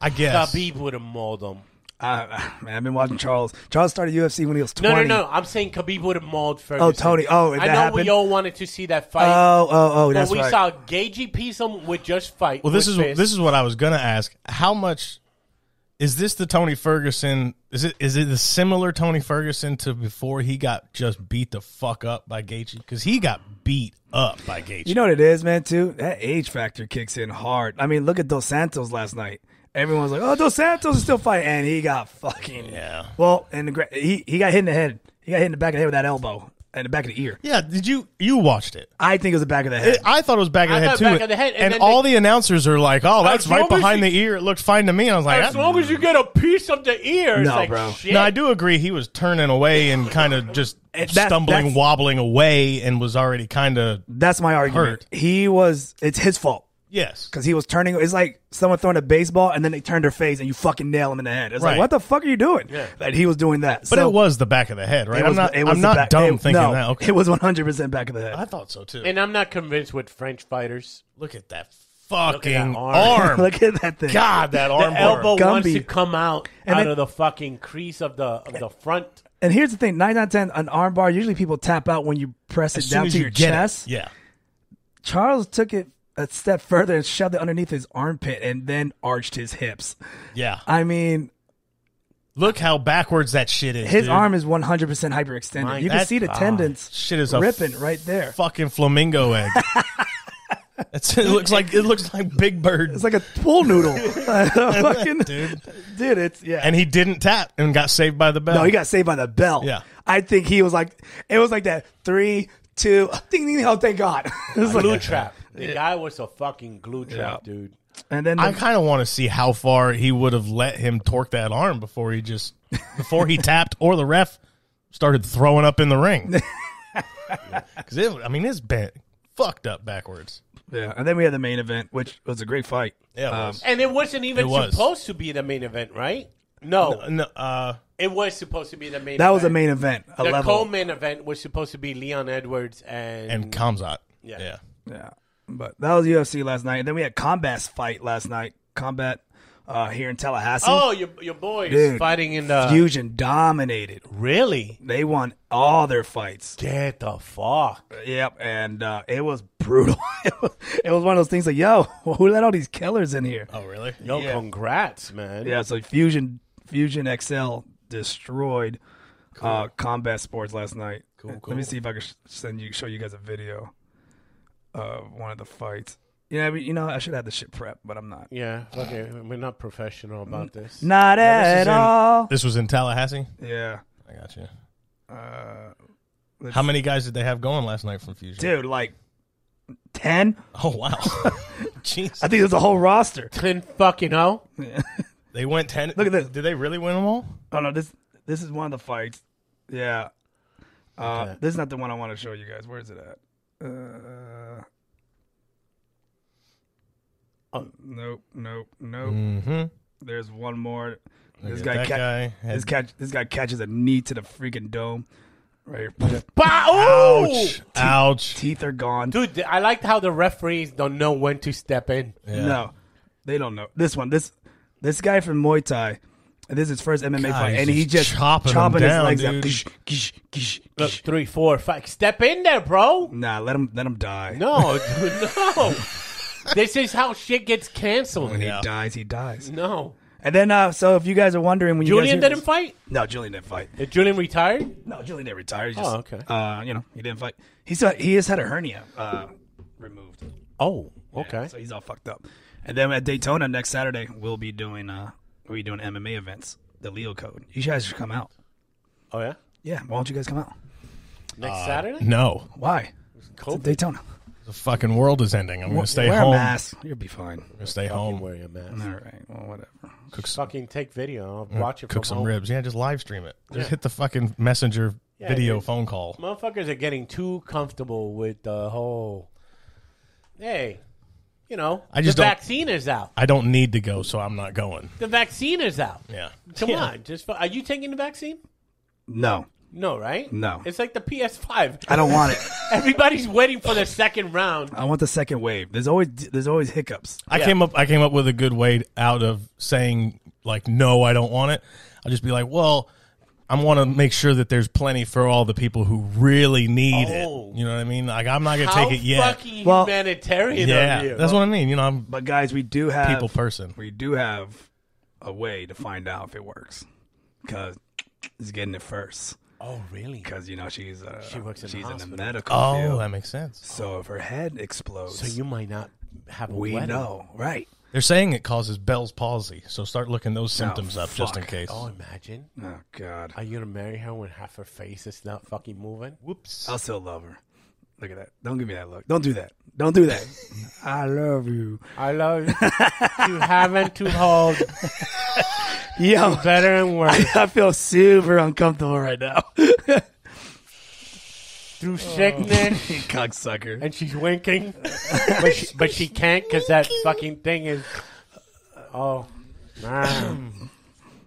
Speaker 3: I guess.
Speaker 1: Khabib would have mauled him.
Speaker 2: Uh, man, I've been watching Charles. Charles started UFC when he was
Speaker 1: No,
Speaker 2: twenty.
Speaker 1: no, no. I'm saying Khabib would have mauled Ferguson.
Speaker 2: Oh, Tony. Oh, if
Speaker 1: I know
Speaker 2: that
Speaker 1: we
Speaker 2: happened.
Speaker 1: all wanted to see that fight.
Speaker 2: oh, oh, oh.
Speaker 1: but
Speaker 2: That's
Speaker 1: we
Speaker 2: right.
Speaker 1: saw Gagey piece him with just fight.
Speaker 3: Well, this
Speaker 1: with
Speaker 3: is
Speaker 1: fists.
Speaker 3: this is what I was gonna ask. How much is this the Tony Ferguson? Is it is it the similar Tony Ferguson to before he got just beat the fuck up by Gaethje? Because he got beat up by Gaethje.
Speaker 2: You know what it is, man, too? That age factor kicks in hard. I mean, look at Dos Santos last night. Everyone's like, oh, Dos Santos is still fighting. And he got fucking.
Speaker 3: Yeah.
Speaker 2: Well, and the, gra- he, he got hit in the head. He got hit in the back of the head with that elbow and the back of the ear.
Speaker 3: yeah, did you you watched it?
Speaker 2: I think it was the back of the head.
Speaker 3: It- I thought it was back of
Speaker 1: I
Speaker 3: the head
Speaker 1: thought
Speaker 3: too.
Speaker 1: back of the head, and
Speaker 3: and
Speaker 1: then
Speaker 3: all the announcers are like, "Oh, that's
Speaker 1: As
Speaker 3: right
Speaker 1: long as
Speaker 3: behind
Speaker 1: you-
Speaker 3: the ear. It looked fine to me." And I was like,
Speaker 1: As
Speaker 3: that-
Speaker 1: long as you get a piece of the ear, it's
Speaker 2: No,
Speaker 1: like
Speaker 2: bro.
Speaker 1: shit.
Speaker 3: "No, I do agree." He was turning away and kind of just
Speaker 2: It- that-
Speaker 3: stumbling,
Speaker 2: that's-
Speaker 3: wobbling away, and was already kind of
Speaker 2: That's my argument. He was, it's his fault
Speaker 3: yes.
Speaker 2: because he was turning. It's like someone throwing a baseball and then they turned their face and you fucking nail him in the head. It's
Speaker 3: Right.
Speaker 2: like, what the fuck are you doing? Yeah. Like, he was doing that.
Speaker 3: But it was the back of the head, right? I'm not. I'm not dumb thinking that. Okay,
Speaker 2: It was 100% back of the head.
Speaker 3: I thought so too.
Speaker 1: And I'm not convinced with French fighters.
Speaker 3: Look at that fucking
Speaker 1: that
Speaker 3: arm.
Speaker 1: arm.
Speaker 2: [LAUGHS] Look at that thing.
Speaker 3: God, that
Speaker 1: The
Speaker 3: arm.
Speaker 1: elbow
Speaker 2: Gumby.
Speaker 1: wants to come out
Speaker 2: And
Speaker 1: out
Speaker 2: then-
Speaker 1: of the fucking crease of the of the front.
Speaker 2: And here's the thing: nine out of ten, an arm bar. Usually, people tap out when you press it down to your chest.
Speaker 3: Yeah.
Speaker 2: Charles took it a step further and shoved it underneath his armpit, and then arched his hips.
Speaker 3: Yeah.
Speaker 2: I mean,
Speaker 3: Look how backwards that shit is.
Speaker 2: his
Speaker 3: dude.
Speaker 2: arm is 100 percent hyperextended.
Speaker 1: My-
Speaker 2: you can
Speaker 3: that-
Speaker 2: see the tendons
Speaker 3: Shit is a
Speaker 2: ripping right there.
Speaker 3: fucking
Speaker 2: [LAUGHS]
Speaker 3: flamingo egg. That's, it looks like it looks like Big Bird,
Speaker 2: it's like a pool
Speaker 3: [LAUGHS]
Speaker 2: noodle, [LAUGHS] Fucking-
Speaker 3: dude.
Speaker 2: dude. It's yeah.
Speaker 3: And he didn't tap and got saved by the bell.
Speaker 2: No, he got saved by the bell.
Speaker 3: Yeah.
Speaker 2: I think he was like, it was like that three, two, ding, ding, ding. Oh, thank God. [LAUGHS] It was
Speaker 1: Glue
Speaker 2: like,
Speaker 1: trap. The guy was a fucking glue trap, dude.
Speaker 2: and then
Speaker 3: I
Speaker 2: the-
Speaker 3: kind of want to see how far he would have let him torque that arm before he just before he tapped or the ref started throwing up in the ring. Because it, I mean, it's bent fucked up backwards.
Speaker 2: yeah, and then we had the main event, which was a great fight.
Speaker 3: Yeah, it was.
Speaker 1: And it wasn't even
Speaker 3: It was.
Speaker 1: supposed to be the main event, right? No,
Speaker 3: No, uh,
Speaker 1: it was supposed to be the main.
Speaker 2: That
Speaker 1: event.
Speaker 2: was the main event. A
Speaker 1: The
Speaker 2: level.
Speaker 1: co-main event was supposed to be Leon Edwards and,
Speaker 3: and Kamzat.
Speaker 1: Yeah.
Speaker 2: Yeah. But that was UFC last night. And then we had Combat's fight last night. Combat uh, here in Tallahassee.
Speaker 1: Oh, your your boys
Speaker 2: Dude,
Speaker 1: fighting in the
Speaker 2: Fusion dominated.
Speaker 1: really.
Speaker 2: They won all their fights.
Speaker 1: Get the fuck.
Speaker 2: Yep, and uh, it was brutal. [LAUGHS] it, was, it was one of those things like, yo, [LAUGHS] who let all these killers in here?
Speaker 3: Oh, really?
Speaker 1: Yo,
Speaker 2: Yeah.
Speaker 1: congrats, man.
Speaker 2: Yeah, so Fusion Fusion XL destroyed uh, Combat Sports last night. Cool, Let me see if I can sh- send you show you guys a video of one of the fights. Yeah, I mean, you know, I should have the shit prep, but I'm not.
Speaker 1: Yeah, okay. We're not professional about this.
Speaker 2: Not
Speaker 3: This
Speaker 2: at
Speaker 3: is in-
Speaker 2: all.
Speaker 3: This was in Tallahassee.
Speaker 2: Yeah.
Speaker 3: I got you.
Speaker 2: Uh,
Speaker 3: How many guys did they have going last night from Fusion?
Speaker 2: dude, like 10?
Speaker 3: Oh wow, [LAUGHS] jeez.
Speaker 2: I think there's a whole roster.
Speaker 1: Ten fucking oh.
Speaker 3: They went ten.
Speaker 2: Look at this.
Speaker 3: Did they really win them all?
Speaker 2: [LAUGHS] Oh no, this this is one of the fights. Yeah. Uh,
Speaker 1: Okay.
Speaker 2: This is not the one I want to show you guys. Where is it at? Uh,
Speaker 1: Oh.
Speaker 2: Nope, nope, nope.
Speaker 3: Mm-hmm.
Speaker 2: There's one more. This
Speaker 3: This
Speaker 2: guy,
Speaker 3: that
Speaker 2: ca-
Speaker 3: guy had-
Speaker 2: This, catch, this guy catches a knee to the freaking dome. Right here.
Speaker 1: Bah- ooh!
Speaker 3: Ouch! Ouch!
Speaker 2: Teeth are gone.
Speaker 1: Dude, th- I liked how the referees don't know when to step in.
Speaker 3: Yeah.
Speaker 2: No, they don't know this one. This this guy from Muay Thai. and This is his first MMA
Speaker 3: God,
Speaker 2: fight,
Speaker 3: he's
Speaker 2: and he
Speaker 3: just
Speaker 2: just
Speaker 3: chopping
Speaker 2: chopping,
Speaker 3: them down,
Speaker 2: his legs out.
Speaker 3: dude.
Speaker 2: Gish, gish, gish,
Speaker 1: Look,
Speaker 2: gish.
Speaker 1: three, four, five. Step in there, bro.
Speaker 2: Nah, let him let him die.
Speaker 1: No, dude, no. this is how shit gets canceled.
Speaker 2: When
Speaker 3: Yeah.
Speaker 2: he dies, he dies.
Speaker 1: No.
Speaker 2: And then, uh, so if you guys are wondering, when you
Speaker 1: Julian
Speaker 2: guys hear
Speaker 1: didn't
Speaker 2: this-
Speaker 1: fight?
Speaker 2: No, Julian didn't fight.
Speaker 1: Did Julian retire?
Speaker 2: No, Julian didn't retire. He just,
Speaker 1: Oh, okay.
Speaker 2: Uh, you know, he didn't fight. He's uh, he has had a hernia uh, removed,
Speaker 1: Oh, okay.
Speaker 2: so he's all fucked up. And then at Daytona next Saturday, we'll be doing uh, we'll be doing MMA events. The Leo Code. You guys should come out.
Speaker 1: Oh, yeah?
Speaker 2: Yeah, why don't you guys come out?
Speaker 1: Next Saturday?
Speaker 3: Uh, No,
Speaker 2: Why?
Speaker 1: COVID.
Speaker 2: Daytona.
Speaker 3: the fucking world is ending. I'm gonna stay
Speaker 2: Wear
Speaker 3: home.
Speaker 2: a mask. You'll be fine.
Speaker 3: I'm gonna stay
Speaker 1: Don't
Speaker 3: home.
Speaker 1: worry, man.
Speaker 2: All right. Well, whatever.
Speaker 3: Cook some,
Speaker 1: Fucking take video. I'll watch it
Speaker 3: Mm, cook
Speaker 1: from
Speaker 3: some
Speaker 1: home.
Speaker 3: ribs. Yeah, just live stream it. Just hit the fucking messenger
Speaker 1: Yeah,
Speaker 3: video
Speaker 1: dude.
Speaker 3: phone call.
Speaker 1: Motherfuckers are getting too comfortable with the whole. Hey, you know,
Speaker 3: I just
Speaker 1: the
Speaker 3: don't-
Speaker 1: vaccine is out.
Speaker 3: I don't need to go, so I'm not going.
Speaker 1: The vaccine is out.
Speaker 3: Yeah.
Speaker 1: Come
Speaker 3: Yeah.
Speaker 1: on, just fu- are you taking the vaccine?
Speaker 2: No,
Speaker 1: No, right?
Speaker 2: No.
Speaker 1: It's like the PS5.
Speaker 2: I don't want it.
Speaker 1: [LAUGHS] Everybody's waiting for the second round.
Speaker 2: I want the second wave. There's always there's always hiccups.
Speaker 3: I came up I came up with a good way out of saying like no, I don't want it. I'll just be like, well, I want to make sure that there's plenty for all the people who really need
Speaker 1: Oh.
Speaker 3: it. You know what I mean? Like I'm not gonna
Speaker 1: How
Speaker 3: take it yet.
Speaker 1: fucking
Speaker 2: Well-
Speaker 1: humanitarian
Speaker 3: yeah,
Speaker 1: of you.
Speaker 3: that's what I mean. You know, I'm
Speaker 2: But guys, we do have
Speaker 3: a people person.
Speaker 2: we do have a way to find out if it works because she's getting it first
Speaker 1: oh, really?
Speaker 2: because you know she's uh, she
Speaker 1: works in the
Speaker 2: she's in the
Speaker 1: hospital.
Speaker 2: medical
Speaker 3: Oh,
Speaker 2: field.
Speaker 3: that makes sense.
Speaker 2: so if her head explodes,
Speaker 1: So you might not have a
Speaker 2: we
Speaker 1: wedding.
Speaker 2: know, right?
Speaker 3: They're saying it causes Bell's palsy, so start looking those symptoms up just in
Speaker 2: fuck.
Speaker 3: case.
Speaker 1: Oh, imagine.
Speaker 2: Oh God,
Speaker 1: Are you going to marry her when half her face is not fucking moving?
Speaker 3: Whoops.
Speaker 2: I'll still love her. Look at that! Don't give me that look. Don't do that. Don't do that.
Speaker 3: [LAUGHS]
Speaker 2: I love you,
Speaker 1: I love you. you haven't to hold
Speaker 2: yo.
Speaker 1: better and worse
Speaker 2: [LAUGHS] I feel super uncomfortable right now. [LAUGHS]
Speaker 1: through sickness.
Speaker 2: Cocksucker.
Speaker 1: And she's [LAUGHS] winking, but she, but she can't because that fucking thing is. Oh, man.
Speaker 3: [CLEARS THROAT]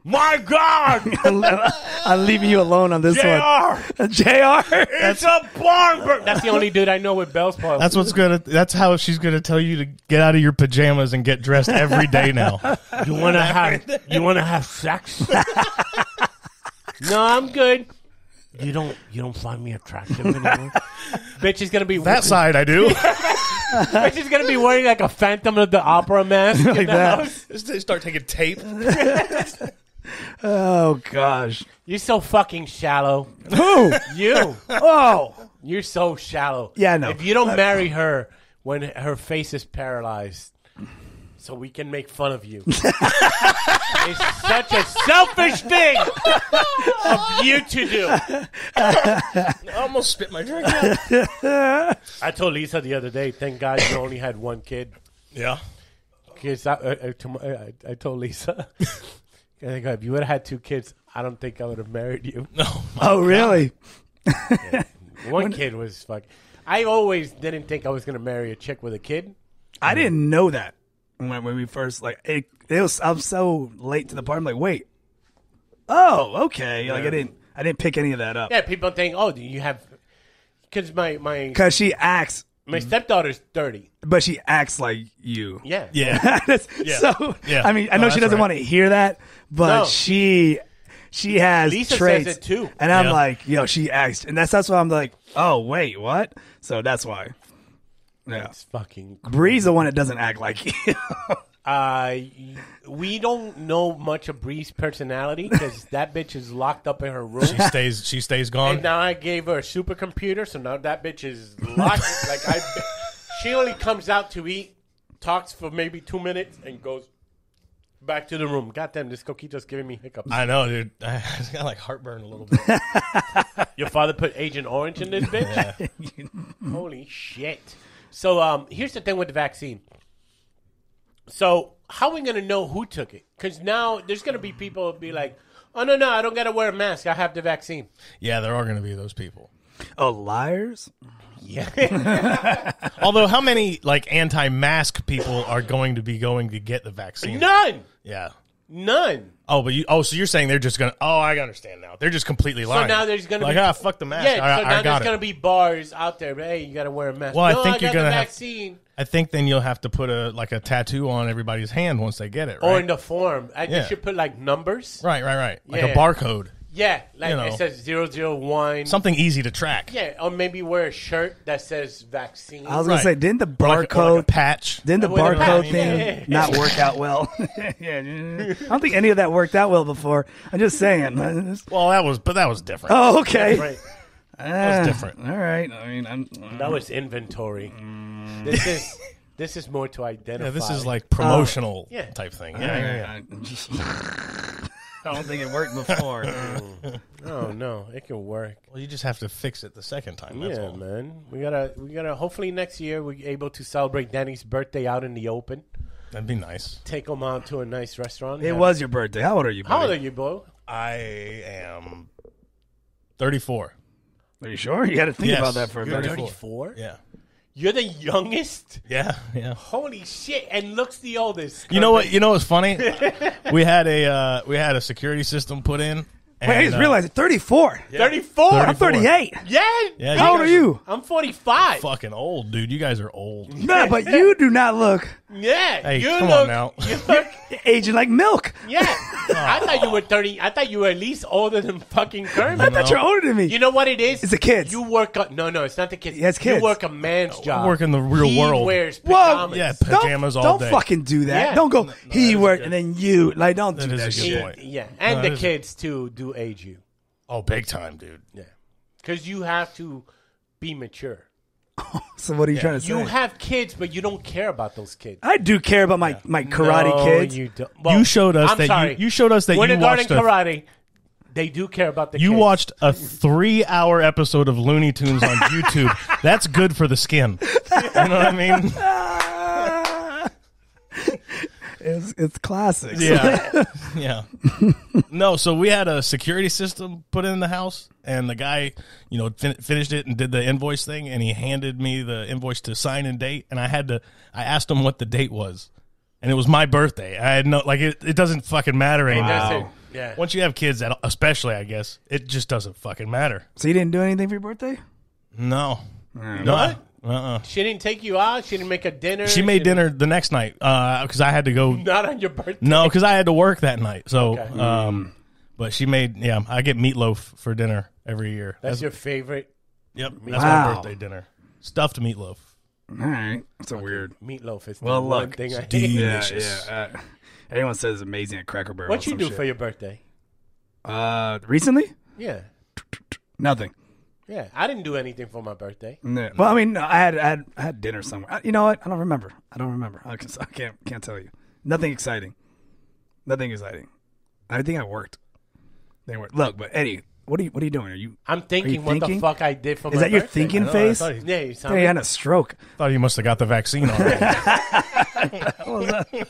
Speaker 3: My
Speaker 1: [LAUGHS]
Speaker 3: God,
Speaker 2: [LAUGHS] I'm leaving you alone on this one. [LAUGHS] JR.
Speaker 1: It's a barn burner. That's the only dude I know with Bell's Palsy.
Speaker 3: that's what's gonna. That's how she's gonna tell you to get out of your pajamas and get dressed every
Speaker 1: [LAUGHS]
Speaker 3: day now.
Speaker 1: you wanna have you wanna have sex? no, I'm good. You don't you don't find me attractive anymore. [LAUGHS] bitch is gonna be
Speaker 3: that side, I
Speaker 1: [LAUGHS]
Speaker 3: do.
Speaker 1: bitch is gonna be wearing like a Phantom of the Opera mask. in [LAUGHS] the
Speaker 2: that.
Speaker 1: house.
Speaker 3: Start taking tape.
Speaker 2: Oh gosh.
Speaker 1: You're so fucking shallow.
Speaker 2: [LAUGHS] Who?
Speaker 1: You
Speaker 2: oh.
Speaker 1: you're so shallow.
Speaker 2: Yeah, I know.
Speaker 1: If you don't marry her when her face is paralyzed. So we can make fun of
Speaker 2: [LAUGHS]
Speaker 1: you. it's such a selfish thing of you to do.
Speaker 3: I almost spit my drink out.
Speaker 1: [LAUGHS] I told Lisa the other day, thank God you only had one kid.
Speaker 3: Yeah.
Speaker 1: 'Cause I, I, I, tom- I, I told Lisa, [LAUGHS] I go, if you would have had two kids, I don't think I would have married you.
Speaker 3: No.
Speaker 2: Oh really?
Speaker 1: One kid was fuck. I always didn't think I was going to marry a chick with a kid.
Speaker 2: I didn't know that when, when we first like it, it was I'm so late to the party. I'm like, wait. Oh, okay. Like I didn't I didn't pick any of that up.
Speaker 1: Yeah, people think, oh, do you have. Because my, my.
Speaker 2: Cause she acts
Speaker 1: My stepdaughter's thirty.
Speaker 2: but she acts like you.
Speaker 1: Yeah.
Speaker 3: Yeah.
Speaker 2: So
Speaker 3: Yeah.
Speaker 2: I mean, I
Speaker 3: No,
Speaker 2: know she
Speaker 3: that's
Speaker 2: doesn't
Speaker 3: right.
Speaker 2: want to hear that, but
Speaker 1: No.
Speaker 2: she she has
Speaker 1: Lisa says
Speaker 2: traits
Speaker 1: it too.
Speaker 2: And I'm
Speaker 3: Yeah.
Speaker 2: like, yo, she acts, and that's that's why I'm like, oh wait, what? So that's why. Yeah,
Speaker 1: It's fucking. cr-
Speaker 2: Bree's the one that doesn't act like [LAUGHS] you.
Speaker 1: Uh, y- we don't know much of Bree's personality because [LAUGHS] that bitch is locked up in her room.
Speaker 3: She stays. She stays gone.
Speaker 1: And now I gave her a supercomputer, so now that bitch is locked. [LAUGHS] like I, she only comes out to eat, talks for maybe two minutes, and goes back to the room. Goddamn, this coquito's giving me hiccups.
Speaker 3: I know, dude. [LAUGHS] I got like heartburn a little bit.
Speaker 1: Your father put Agent Orange in this bitch.
Speaker 3: [LAUGHS]
Speaker 1: Holy shit! So um, here's the thing with the vaccine. So how we gonna know who took it? Because now there's gonna be people who be like, "Oh no, no, I don't gotta wear a mask. I have the vaccine."
Speaker 3: Yeah, there are going to be those people.
Speaker 2: oh, liars!
Speaker 3: Although, how many like anti-mask people are going to be going to get the
Speaker 1: [LAUGHS]
Speaker 3: vaccine?
Speaker 1: None,
Speaker 3: Yeah.
Speaker 1: none.
Speaker 3: Oh, but you. Oh, so you're saying they're just going to? Oh, I understand now. They're just completely lying.
Speaker 1: now there's gonna
Speaker 3: like
Speaker 1: be-
Speaker 3: ah fuck the mask.
Speaker 1: Yeah,
Speaker 3: I,
Speaker 1: so
Speaker 3: I
Speaker 1: now
Speaker 3: got
Speaker 1: there's
Speaker 3: it.
Speaker 1: gonna be bars out there. but, Hey, you gotta wear a mask.
Speaker 3: Well, I
Speaker 1: no,
Speaker 3: think
Speaker 1: I
Speaker 3: you're
Speaker 1: got
Speaker 3: gonna
Speaker 1: the
Speaker 3: have-
Speaker 1: vaccine
Speaker 3: I think then you'll have to put a like a tattoo on everybody's hand once they get it.
Speaker 1: or
Speaker 3: Right.
Speaker 1: in the form. I
Speaker 3: Yeah.
Speaker 1: you should put like numbers.
Speaker 3: right. Right. Right. Like
Speaker 1: Yeah.
Speaker 3: a barcode.
Speaker 1: Yeah, like
Speaker 3: You know.
Speaker 1: it says zero zero one.
Speaker 3: Something easy to track.
Speaker 1: Yeah, or maybe wear a shirt that says vaccine.
Speaker 2: I was
Speaker 3: Right.
Speaker 2: gonna say, didn't the
Speaker 3: Or like- or
Speaker 2: barcode?
Speaker 3: like a patch.
Speaker 2: didn't the
Speaker 1: With a
Speaker 2: barcode
Speaker 3: [LAUGHS]
Speaker 1: patch,
Speaker 2: thing
Speaker 1: yeah.
Speaker 2: not work out well? [LAUGHS] yeah, yeah. I don't think any of that worked out well before. I'm just saying. [LAUGHS]
Speaker 3: Well, that was, but that was different.
Speaker 2: Oh, okay.
Speaker 1: right.
Speaker 2: That
Speaker 3: was different.
Speaker 2: All right. I mean, I'm.
Speaker 1: That was inventory. This is this is more to identify.
Speaker 3: Yeah, this is like promotional
Speaker 1: Oh. Yeah.
Speaker 3: type thing. Yeah, yeah, yeah.
Speaker 2: I, [LAUGHS] just, I don't think it worked before.
Speaker 1: oh no, it can work.
Speaker 3: Well, you just have to fix it the second time. That's
Speaker 1: yeah,
Speaker 3: all.
Speaker 1: man. We gotta we gotta. Hopefully next year we're able to celebrate Danny's birthday out in the open.
Speaker 3: That'd be nice.
Speaker 1: Take him out to a nice restaurant.
Speaker 2: [LAUGHS] it was your birthday. How old are you? Buddy?
Speaker 1: How old are you, boy?
Speaker 3: I am 34.
Speaker 2: Are you sure? You had to think
Speaker 3: Yes.
Speaker 2: about that for a
Speaker 3: You're
Speaker 2: minute.
Speaker 3: dirty.
Speaker 1: Four.
Speaker 3: Yeah.
Speaker 1: You're the youngest.
Speaker 3: Yeah, yeah.
Speaker 1: Holy shit! And looks the oldest.
Speaker 3: You know what? You know
Speaker 1: [LAUGHS]
Speaker 3: what's funny? we had a uh, we had a security system put in. And,
Speaker 2: Wait, I just
Speaker 3: uh,
Speaker 2: realized it. 34.
Speaker 1: Thirty-four.
Speaker 2: I'm 38.
Speaker 1: Yeah.
Speaker 3: Yeah,
Speaker 1: bitch.
Speaker 2: How old are you?
Speaker 1: I'm forty-five.
Speaker 3: fucking old, dude. You guys are old.
Speaker 2: [LAUGHS] No, but you do not look
Speaker 1: Yeah.
Speaker 3: Hey,
Speaker 1: you
Speaker 3: come
Speaker 1: look,
Speaker 3: on now.
Speaker 1: You look
Speaker 2: aging like milk.
Speaker 1: Yeah,
Speaker 3: [LAUGHS]
Speaker 1: I thought you were thirty. I thought you were at least older than fucking
Speaker 2: I
Speaker 1: Kermit.
Speaker 2: thought you're older than me.
Speaker 1: You know what it is?
Speaker 2: It's the kids.
Speaker 1: You work. A, no, no, it's not the kids.
Speaker 2: He has kids.
Speaker 1: You work a man's job.
Speaker 3: work in the real
Speaker 1: he
Speaker 3: world.
Speaker 1: Wears
Speaker 2: Whoa.
Speaker 1: pajamas.
Speaker 3: Yeah,
Speaker 2: Don't-
Speaker 3: pajamas
Speaker 2: don't,
Speaker 3: all day.
Speaker 2: fucking do that.
Speaker 1: Yeah.
Speaker 2: Don't go he worked and then you like don't do
Speaker 3: is
Speaker 2: that
Speaker 3: a good
Speaker 2: shit.
Speaker 1: He-
Speaker 3: point.
Speaker 1: yeah, and
Speaker 3: No, it
Speaker 1: the
Speaker 3: is-
Speaker 1: kids too do age you.
Speaker 3: Oh, big time, dude.
Speaker 1: Yeah, because you have to be mature.
Speaker 2: So what are you trying to
Speaker 1: You
Speaker 2: say?
Speaker 1: have kids, but you don't care about those kids.
Speaker 2: I do care about my my karate
Speaker 1: no,
Speaker 2: kids.
Speaker 1: You, don't. Well,
Speaker 3: You showed us
Speaker 1: I'm
Speaker 3: that you-
Speaker 1: sorry.
Speaker 3: you showed us that
Speaker 1: Winter
Speaker 3: you
Speaker 1: Garden
Speaker 3: watched a-
Speaker 1: karate. They do care about the.
Speaker 3: You
Speaker 1: kids.
Speaker 3: watched a three-hour episode of Looney Tunes
Speaker 1: [LAUGHS]
Speaker 3: on YouTube. That's good for the skin. You know what
Speaker 1: [LAUGHS]
Speaker 3: I mean?
Speaker 2: [LAUGHS] it's it's classics.
Speaker 3: Yeah. yeah. [LAUGHS] No, so we had a security system put in the house, and the guy, you know, fin- finished it and did the invoice thing, and he handed me the invoice to sign and date, and I had to, I asked him what the date was, and it was my birthday. I had no, like, it, it doesn't fucking matter anymore.
Speaker 1: That's it. Yeah.
Speaker 3: Once you have kids, that- especially, I guess, it just doesn't fucking matter.
Speaker 2: So you didn't do anything for your birthday?
Speaker 3: No.
Speaker 1: What?
Speaker 3: Uh uh
Speaker 1: She didn't take you out. She didn't make a dinner.
Speaker 3: She made
Speaker 1: didn't-
Speaker 3: dinner the next night because I had to
Speaker 1: [LAUGHS]
Speaker 3: go.
Speaker 1: Not on your birthday.
Speaker 3: No, because I had to work that night. So,
Speaker 1: Okay.
Speaker 3: um, but she made yeah. I get meatloaf for dinner every year.
Speaker 1: That's your favorite
Speaker 3: yep. That's
Speaker 2: Wow.
Speaker 3: my birthday dinner. Stuffed meatloaf.
Speaker 2: All right. That's a weird.
Speaker 1: meatloaf. Is the
Speaker 2: Well,
Speaker 1: one
Speaker 2: look,
Speaker 1: thing I hate.
Speaker 3: Delicious.
Speaker 2: Yeah, yeah. Uh, everyone says it's amazing at Cracker Barrel.
Speaker 1: What you
Speaker 2: some
Speaker 1: do
Speaker 2: shit.
Speaker 1: for your birthday?
Speaker 2: Uh, recently?
Speaker 1: Yeah,
Speaker 2: Nothing.
Speaker 1: yeah. I didn't do anything for my birthday.
Speaker 2: No. Well, I mean, no, I had, I had I had dinner somewhere. I- You know what? I don't remember. I don't remember. I can't I can't, can't tell you. Nothing exciting. Nothing exciting. I think I worked. They worked. Look, but Eddie, what are you what are you doing? Are you
Speaker 1: I'm thinking,
Speaker 2: thinking?
Speaker 1: what the fuck I did for
Speaker 2: is
Speaker 1: my
Speaker 2: that your
Speaker 1: birthday.
Speaker 2: thinking
Speaker 3: I
Speaker 2: face?
Speaker 3: thought he,
Speaker 1: Yeah, you sound
Speaker 2: Hey, you had
Speaker 1: [LAUGHS]
Speaker 2: a stroke.
Speaker 3: thought he must have got the vaccine already.
Speaker 1: like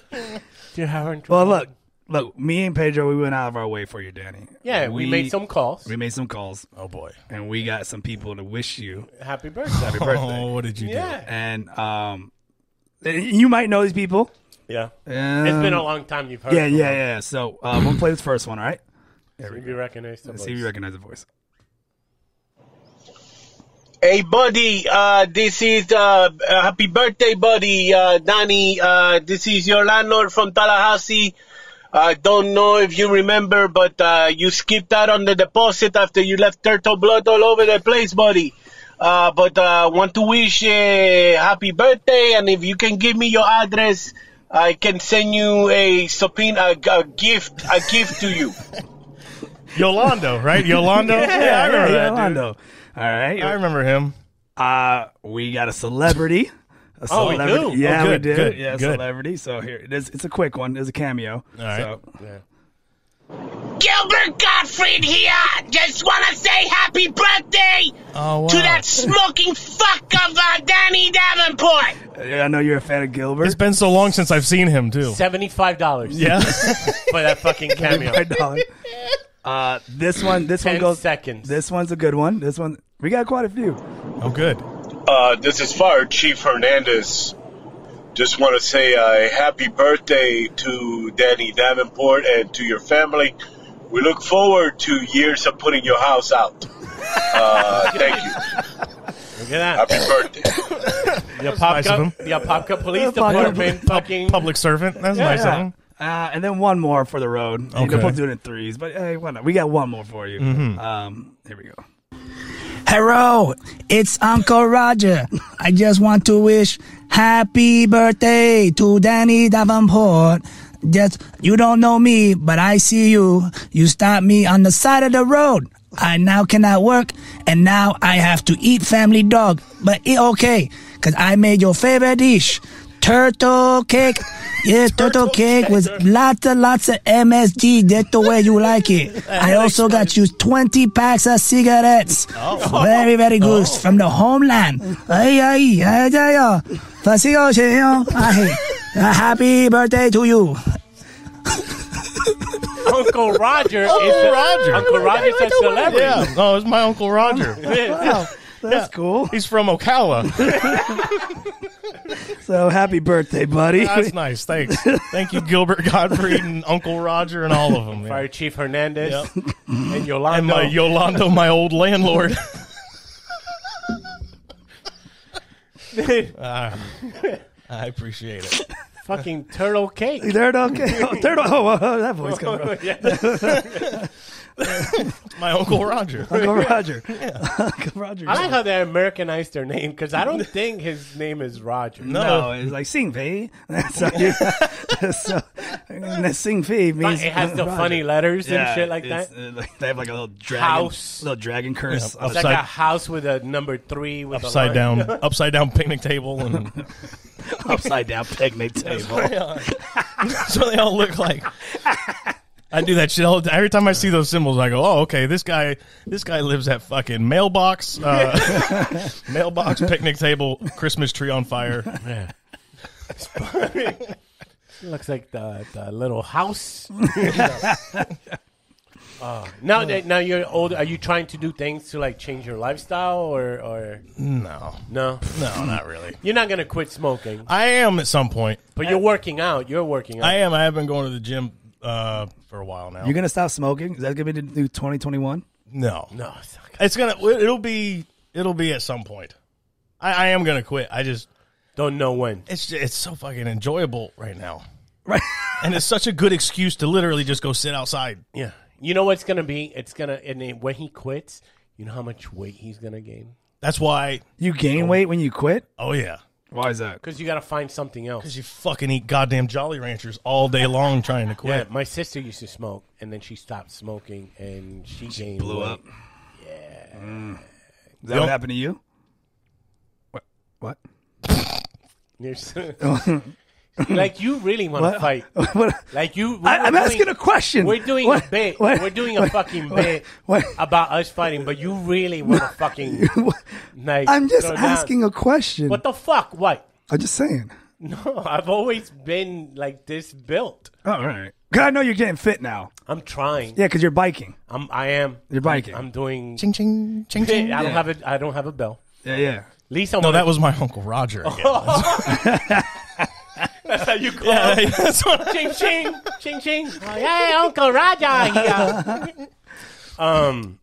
Speaker 1: you're having trouble.
Speaker 2: Well, look, look. Me and Pedro, we went out of our way for you, Danny.
Speaker 1: Yeah, we, made some calls.
Speaker 2: we made some calls,
Speaker 3: oh boy.
Speaker 2: and we got some people to wish you
Speaker 1: Happy birthday.
Speaker 2: [LAUGHS] happy birthday.
Speaker 3: Oh, what did you do?
Speaker 1: yeah,
Speaker 2: And um, you might know these people.
Speaker 1: yeah.
Speaker 2: Um,
Speaker 1: It's been a long time you've heard.
Speaker 2: Yeah,
Speaker 1: from
Speaker 2: yeah,
Speaker 1: us.
Speaker 2: yeah. So uh, we'll play this first one, all right?
Speaker 1: So you recognize the
Speaker 2: Let's see if
Speaker 1: voice.
Speaker 2: you recognize the voice.
Speaker 4: Hey, buddy, uh, this is, uh, uh, happy birthday, buddy, uh, Danny. Uh, this is your landlord from Tallahassee. I don't know if you remember, but, uh, you skipped out on the deposit after you left turtle blood all over the place, buddy. Uh, but, uh, want to wish a happy birthday, and if you can give me your address, I can send you a subpoena, a, a gift, a gift to you.
Speaker 3: Yolando, right?
Speaker 2: [LAUGHS]
Speaker 3: Yolando? yeah, I remember that. dude.
Speaker 2: Orlando. All right.
Speaker 3: I remember him.
Speaker 2: Uh, we got a celebrity. A
Speaker 1: Oh, we
Speaker 2: celebrity.
Speaker 1: do?
Speaker 2: Yeah,
Speaker 3: Oh,
Speaker 2: we
Speaker 3: good,
Speaker 2: did.
Speaker 3: good,
Speaker 2: yeah,
Speaker 3: good.
Speaker 2: celebrity. So here it is. It's a quick one. It's a cameo. All
Speaker 3: right.
Speaker 2: So,
Speaker 4: Gilbert Gottfried here. Just want to say happy birthday
Speaker 3: Oh, wow.
Speaker 4: to that smoking fuck of uh, Danny Davenport.
Speaker 2: yeah, I know you're a fan of Gilbert. [LAUGHS]
Speaker 3: It's been so long since I've seen him, too.
Speaker 1: [LAUGHS] Seventy-five dollars
Speaker 3: Yeah. [LAUGHS]
Speaker 1: for that fucking cameo.
Speaker 2: Five dollars. Uh, this one. This one
Speaker 1: Ten
Speaker 2: goes.
Speaker 1: seconds.
Speaker 2: This one's a good one. This one. We got quite a few.
Speaker 3: oh, good.
Speaker 4: Uh, this is Fire Chief Hernandez. Just want to say a happy birthday to Danny Davenport and to your family. We look forward to years of putting your house out. Uh, thank you.
Speaker 1: Look at
Speaker 4: Happy birthday.
Speaker 1: that. Your pop
Speaker 3: nice of
Speaker 1: cup, your pop cup police
Speaker 2: Pop Cup
Speaker 1: department, fucking
Speaker 3: Public servant. That's nice of him.
Speaker 2: Uh, and then one more for the road. Okay. They're
Speaker 3: Okay.
Speaker 2: both doing it in threes, but hey, why not? We got one more for you.
Speaker 1: Mm-hmm.
Speaker 2: Um, here we go.
Speaker 5: Hello, it's Uncle Roger. I just want to wish happy birthday to Danny Davenport. Just, you don't know me, but I see you. You stopped me on the side of the road. I now cannot work, and now I have to eat family dog. But it okay, cause I made your favorite dish. Turtle cake.
Speaker 2: [LAUGHS]
Speaker 5: Yes, turtle cake with lots and lots of MSG. That's the way you
Speaker 2: [LAUGHS]
Speaker 5: like it. I also got you 20 packs of cigarettes.
Speaker 2: Oh.
Speaker 5: Very, very good. From the homeland. Ay, ay, ay, ay, ay. Pasigo, señor. Ay. A Happy birthday to you.
Speaker 1: Uncle Roger. is a,
Speaker 3: Roger.
Speaker 1: Uncle Roger's a celebrity.
Speaker 3: Yeah. Oh, it's my Uncle Roger.
Speaker 1: [LAUGHS]
Speaker 2: That's cool.
Speaker 3: He's from Ocala.
Speaker 2: So Oh, happy birthday, buddy. [LAUGHS]
Speaker 3: That's nice. Thanks. Thank you, Gilbert Gottfried and Uncle Roger and all of them. man.
Speaker 1: Fire Chief Hernandez
Speaker 3: Yep.
Speaker 1: and Yolanda.
Speaker 3: And [LAUGHS] my Yolando, my old landlord.
Speaker 2: [LAUGHS]
Speaker 3: Ah, I appreciate it.
Speaker 1: fucking turtle cake.
Speaker 2: They're okay. [LAUGHS] Oh, they're oh, oh, oh, that voice coming from
Speaker 3: My Uncle Roger.
Speaker 1: [LAUGHS]
Speaker 2: Uncle Roger. Uncle
Speaker 1: [LAUGHS]
Speaker 2: Roger.
Speaker 1: I like how they Americanized their name because I don't think his name is Roger.
Speaker 2: [LAUGHS] No, it's like sing [LAUGHS] fee. so,
Speaker 1: [LAUGHS]
Speaker 2: so, and that sing fee
Speaker 1: But
Speaker 2: means
Speaker 1: it has the
Speaker 2: Roger.
Speaker 1: funny letters
Speaker 2: Yeah,
Speaker 1: and shit like that.
Speaker 2: it's, uh, like- they have like a little dragon,
Speaker 1: House.
Speaker 2: little dragon curse.
Speaker 3: Yeah,
Speaker 2: on the
Speaker 1: It's like
Speaker 3: upside-
Speaker 1: a house with a number three with
Speaker 3: Upside
Speaker 1: a line.
Speaker 3: down, upside down picnic table, and
Speaker 2: upside down picnic table.
Speaker 3: so they all look like. I do that shit all the time. Every time I see those symbols, I go, "Oh, okay, this guy, this guy lives at fucking mailbox, uh, [LAUGHS] mailbox picnic table, Christmas tree on fire."
Speaker 1: It [LAUGHS] looks like the, the little [LAUGHS] house. Oh, now that now you're older, are you trying to do things to like change your lifestyle or or
Speaker 3: No,
Speaker 1: no?
Speaker 3: no, not really.
Speaker 1: You're not gonna quit smoking,
Speaker 3: I am at some point.
Speaker 1: but you're working out. You're working out.
Speaker 3: I am. I have been going to the gym uh, for a while now.
Speaker 2: You're gonna stop smoking? Is that gonna be the new 2021?
Speaker 3: no,
Speaker 1: no, it's not gonna-
Speaker 3: it's gonna. It'll be. It'll be at some point. I, I am gonna quit. I just.
Speaker 1: don't know when.
Speaker 3: It's it's so fucking enjoyable right now. Right. [LAUGHS] and it's such a good excuse to literally just go sit outside.
Speaker 1: Yeah, you know what's gonna be? It's gonna and then when he quits, you know how much weight he's gonna gain
Speaker 3: That's why.
Speaker 2: You gain weight when you quit?
Speaker 3: Oh yeah.
Speaker 2: Why is that?
Speaker 1: because you gotta find something else.
Speaker 3: Because you fucking eat goddamn Jolly Ranchers all day long trying to
Speaker 1: Yeah,
Speaker 3: quit.
Speaker 1: my sister used to smoke, and then she stopped smoking, and she, gained
Speaker 2: blew
Speaker 1: weight.
Speaker 2: up. Is that what
Speaker 3: Yep.
Speaker 2: happened to you? What? [LAUGHS] What?
Speaker 1: You're so-
Speaker 2: [LAUGHS]
Speaker 1: like you really want to
Speaker 2: What?
Speaker 1: fight?
Speaker 2: what?
Speaker 1: Like you? we
Speaker 2: I,
Speaker 1: were
Speaker 2: I'm asking
Speaker 1: doing-
Speaker 2: a question.
Speaker 1: We're doing a
Speaker 2: What-
Speaker 1: bit.
Speaker 2: what-
Speaker 1: we're doing a
Speaker 2: what-
Speaker 1: fucking
Speaker 2: what-
Speaker 1: bit
Speaker 2: [LAUGHS] what-
Speaker 1: about us fighting, but you really want to
Speaker 2: [LAUGHS]
Speaker 1: fucking like.
Speaker 2: I'm just
Speaker 1: throw down.
Speaker 2: asking a question.
Speaker 1: What the fuck? What? [LAUGHS]
Speaker 2: I'm just saying.
Speaker 1: No, I've always been like this built.
Speaker 2: Oh, all right. Cause I know you're getting fit now.
Speaker 1: I'm trying.
Speaker 2: Yeah, because you're biking.
Speaker 1: I'm. I am.
Speaker 2: You're biking.
Speaker 1: I'm doing.
Speaker 3: Ching ching ching
Speaker 1: I don't
Speaker 3: ching.
Speaker 1: have a. I don't have a bell.
Speaker 2: yeah, yeah.
Speaker 1: At least I'm.
Speaker 3: No, that was my uncle Roger. again.
Speaker 1: [LAUGHS] That's how you call.
Speaker 3: Yeah, that's what I-
Speaker 1: ching ching ching [LAUGHS] ching. Oh, hey, Uncle Raja here. um,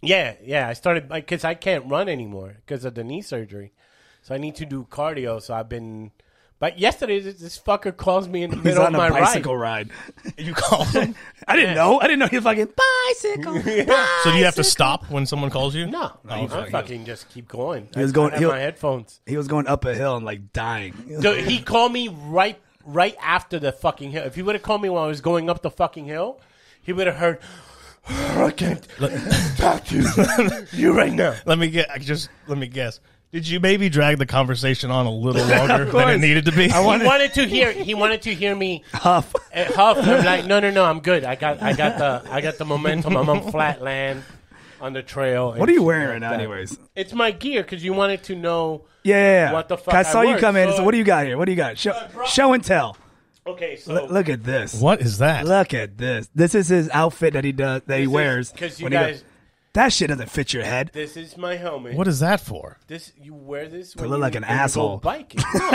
Speaker 1: Yeah, yeah. I started because I can't run anymore because of the knee surgery, so I need to do cardio. So I've been. But yesterday, this, this fucker calls me in the
Speaker 2: He's
Speaker 1: middle
Speaker 2: on
Speaker 1: of my
Speaker 2: a
Speaker 1: ride.
Speaker 2: bicycle ride.
Speaker 3: You call
Speaker 1: [LAUGHS]
Speaker 3: them.
Speaker 2: I didn't know. I didn't know he fucking [LAUGHS] bicycle.
Speaker 3: so do you have to stop when someone calls you?
Speaker 1: No, I'm fucking just keep going. I
Speaker 2: was
Speaker 1: I
Speaker 2: going-
Speaker 1: have
Speaker 2: he was-
Speaker 1: my headphones.
Speaker 2: he was going up a hill and like dying.
Speaker 1: Dude, he called me right right after the fucking hill. If he would have called me while I was going up the fucking hill, he would have heard. I can't talk to you. you right now.
Speaker 3: Let me get. I just let me guess. Did you maybe drag the conversation on
Speaker 2: [LAUGHS]
Speaker 3: a little longer than it
Speaker 2: course.
Speaker 3: needed to be?
Speaker 2: I
Speaker 1: He
Speaker 2: wanted
Speaker 1: wanted to hear. He wanted to hear me
Speaker 2: huff.
Speaker 1: uh, huff. and I'm like, no, no, no. I'm good. I got, I got the, I got the momentum. I'm on flat land, on the trail. and
Speaker 2: [LAUGHS] What are you
Speaker 1: shit
Speaker 2: wearing
Speaker 1: like
Speaker 2: right now,
Speaker 1: that.
Speaker 2: anyways?
Speaker 1: It's my gear because you wanted to know.
Speaker 2: Yeah, yeah, yeah.
Speaker 1: What the fuck
Speaker 2: I
Speaker 1: I
Speaker 2: saw you
Speaker 1: work,
Speaker 2: come in.
Speaker 1: so-
Speaker 2: So what do you got here? What do you got? Show, show and tell.
Speaker 1: Okay, so
Speaker 2: L- look at this.
Speaker 3: what is that?
Speaker 2: Look at this. This is his outfit that he does that he wears.
Speaker 1: because you
Speaker 2: when he go-
Speaker 1: guys,
Speaker 2: that shit doesn't fit your head.
Speaker 1: this is my helmet.
Speaker 3: What is that for?
Speaker 1: This you wear this when
Speaker 2: look
Speaker 1: you,
Speaker 2: like an
Speaker 1: when you go
Speaker 2: asshole. [LAUGHS]
Speaker 1: biking. No.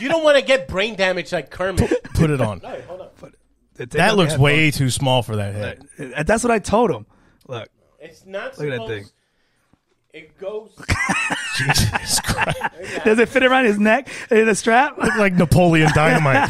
Speaker 1: you don't want to get brain damage like
Speaker 2: [LAUGHS]
Speaker 1: Kermit.
Speaker 3: Put it on.
Speaker 1: Hey, hold on.
Speaker 2: Take out
Speaker 3: that
Speaker 2: the
Speaker 3: looks
Speaker 2: headphones.
Speaker 3: way too small for that
Speaker 2: [LAUGHS]
Speaker 3: head.
Speaker 2: Uh, That's what I told him. Look, [LAUGHS]
Speaker 1: It's not
Speaker 2: Look at that
Speaker 1: supposed.
Speaker 2: thing.
Speaker 1: It goes.
Speaker 3: [LAUGHS] Jesus Christ!
Speaker 2: does it fit around his neck? Uh, The strap?
Speaker 3: Like Napoleon
Speaker 2: [LAUGHS]
Speaker 3: Dynamite.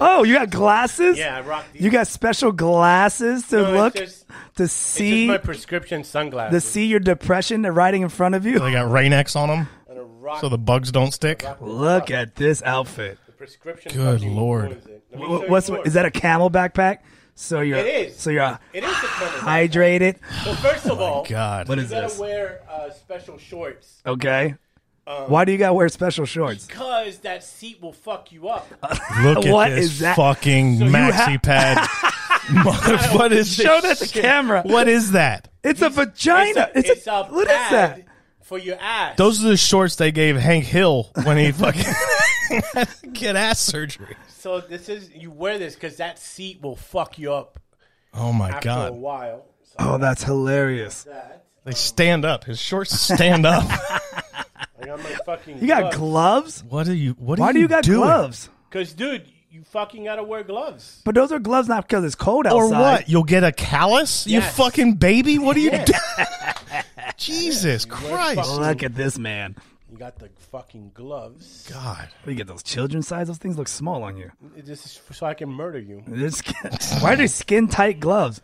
Speaker 2: Oh, you got glasses?
Speaker 1: Yeah, I rock these.
Speaker 2: You got special glasses to
Speaker 1: No, it's
Speaker 2: look
Speaker 1: just-
Speaker 2: to
Speaker 1: It's just
Speaker 2: see
Speaker 1: my prescription
Speaker 2: to
Speaker 1: sunglasses.
Speaker 2: see your depression that riding in front of you.
Speaker 3: they got Rain-X on them,
Speaker 1: and a rock,
Speaker 3: so the bugs don't stick.
Speaker 2: Look at this outfit.
Speaker 1: the prescription.
Speaker 3: Good
Speaker 1: fucking-
Speaker 3: Lord.
Speaker 1: what is it? Let me show
Speaker 2: Wh-
Speaker 1: you
Speaker 2: What's
Speaker 1: more.
Speaker 2: is that? A camel backpack? So you're
Speaker 1: It is.
Speaker 2: so you're
Speaker 1: It is the Kermit.
Speaker 2: hydrated.
Speaker 1: So first
Speaker 2: Oh
Speaker 1: of all,
Speaker 3: God,
Speaker 2: What
Speaker 1: you
Speaker 2: is
Speaker 1: gotta
Speaker 2: this?
Speaker 1: wear uh, special shorts
Speaker 2: Okay.
Speaker 3: Um,
Speaker 2: Why do you gotta wear special shorts?
Speaker 1: because that seat will fuck you up.
Speaker 3: look at
Speaker 2: what
Speaker 3: this
Speaker 2: is that?
Speaker 3: fucking
Speaker 2: you
Speaker 3: maxi
Speaker 2: ha- [LAUGHS]
Speaker 3: pad. [LAUGHS] Mother- what is this?
Speaker 2: Show that to camera.
Speaker 3: What is that?
Speaker 2: It's a vagina. It's,
Speaker 1: it's
Speaker 2: a,
Speaker 1: a
Speaker 2: what is
Speaker 1: pad
Speaker 2: that?
Speaker 1: for your ass?
Speaker 3: Those are the shorts they gave Hank Hill
Speaker 2: [LAUGHS]
Speaker 3: when he fucking [LAUGHS] get ass surgery.
Speaker 1: So this is you wear this because that seat will fuck you up
Speaker 3: Oh my
Speaker 1: after a
Speaker 3: god!
Speaker 1: while. So
Speaker 2: Oh, that's hilarious.
Speaker 1: that
Speaker 3: They stand up. His shorts stand up.
Speaker 1: I got my fucking.
Speaker 2: You got gloves?
Speaker 3: [LAUGHS] what are you? What? Are
Speaker 2: Why do you got
Speaker 3: doing?
Speaker 2: gloves?
Speaker 1: Because dude, you fucking gotta wear gloves.
Speaker 2: But those are gloves not because it's cold outside.
Speaker 3: Or what? You'll get a callus? You
Speaker 1: Yes.
Speaker 3: fucking baby? What are you doing? [LAUGHS]
Speaker 2: [LAUGHS]
Speaker 3: Jesus Christ.
Speaker 2: Look at this man.
Speaker 1: You got the fucking gloves.
Speaker 3: God.
Speaker 2: What do you get those children size? Those things look small on you.
Speaker 1: This is so I can murder you.
Speaker 2: This- [LAUGHS] Why are they skin tight gloves?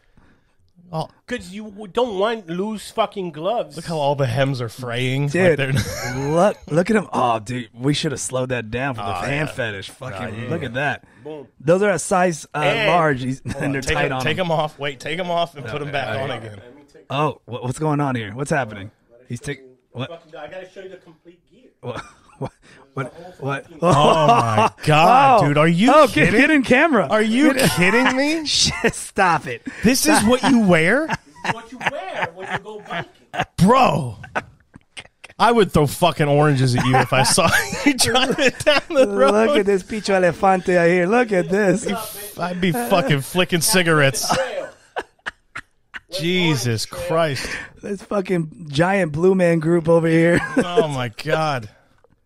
Speaker 3: Oh,
Speaker 1: Because you don't want loose fucking gloves.
Speaker 3: look how all the hems are fraying. [LAUGHS] Like
Speaker 2: Dude,
Speaker 3: they're-
Speaker 2: look look at him. Oh, dude, we should have slowed that down for the
Speaker 3: Oh,
Speaker 2: hand
Speaker 3: yeah.
Speaker 2: fetish. Fucking
Speaker 3: yeah.
Speaker 2: look at that.
Speaker 1: Boom.
Speaker 2: Those are a size uh,
Speaker 1: And-
Speaker 2: large, He's-
Speaker 3: [LAUGHS]
Speaker 2: and they're
Speaker 3: take
Speaker 2: tight
Speaker 3: them,
Speaker 2: on
Speaker 3: take
Speaker 2: him.
Speaker 3: them off. Wait, take them off and put them back on again. [LAUGHS]
Speaker 1: Let me take.
Speaker 2: Oh, what, what's going on here? What's happening? He's taking
Speaker 1: What?
Speaker 2: what?
Speaker 1: Fucking, I gotta show you the complete gear.
Speaker 2: What? What? What? what? [LAUGHS]
Speaker 3: Oh my God,
Speaker 2: Oh.
Speaker 3: dude. Are you
Speaker 2: oh,
Speaker 3: kidding?
Speaker 2: Get, get in camera.
Speaker 3: Are you
Speaker 2: [LAUGHS]
Speaker 3: kidding me?
Speaker 2: Shit, stop it.
Speaker 3: This is what you
Speaker 1: [LAUGHS]
Speaker 3: wear?
Speaker 1: what you wear when you go biking.
Speaker 3: Bro. I would throw fucking oranges at you if I saw [LAUGHS] you driving down the road.
Speaker 2: [LAUGHS] Look at this peach elefante out here. Look at [LAUGHS] this.
Speaker 3: I'd be fucking flicking cigarettes.
Speaker 1: Trail.
Speaker 3: Jesus Christ.
Speaker 2: This fucking giant blue man group over here. [LAUGHS] you
Speaker 3: Oh my God.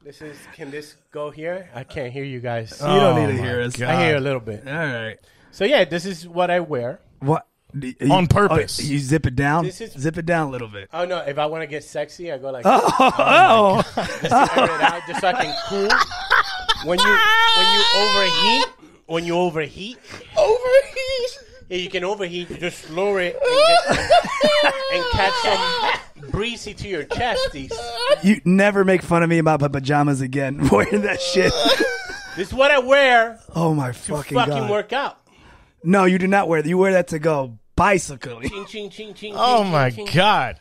Speaker 1: This is. Can this go here? I can't hear you guys.
Speaker 2: don't
Speaker 3: Oh
Speaker 2: need to
Speaker 3: my
Speaker 2: hear us.
Speaker 3: God.
Speaker 1: I hear a little bit.
Speaker 2: All right.
Speaker 1: So yeah, this is what I wear.
Speaker 2: What? You-
Speaker 3: On purpose.
Speaker 2: oh, you zip it down.
Speaker 1: This is-
Speaker 2: zip it down a little bit.
Speaker 1: Oh no! If I want to get sexy, I go like [LAUGHS]
Speaker 2: Oh,
Speaker 1: figure it out just so I can cool. When you when you overheat, when you overheat,
Speaker 3: Overheat.
Speaker 1: yeah, you can overheat. You just lower it and,
Speaker 3: [LAUGHS]
Speaker 1: get, and catch some breezy to your chesties.
Speaker 2: you never make fun of me about my pajamas again. [LAUGHS] Wearing that shit.
Speaker 1: This is what I wear
Speaker 2: Oh my
Speaker 1: to
Speaker 2: fucking,
Speaker 1: fucking
Speaker 2: god.
Speaker 1: work out.
Speaker 2: No, you do not wear that. You wear that to go bicycling. [LAUGHS]
Speaker 1: Ching ching ching ching.
Speaker 3: Oh
Speaker 1: ching,
Speaker 3: my
Speaker 1: ching, ching.
Speaker 3: God.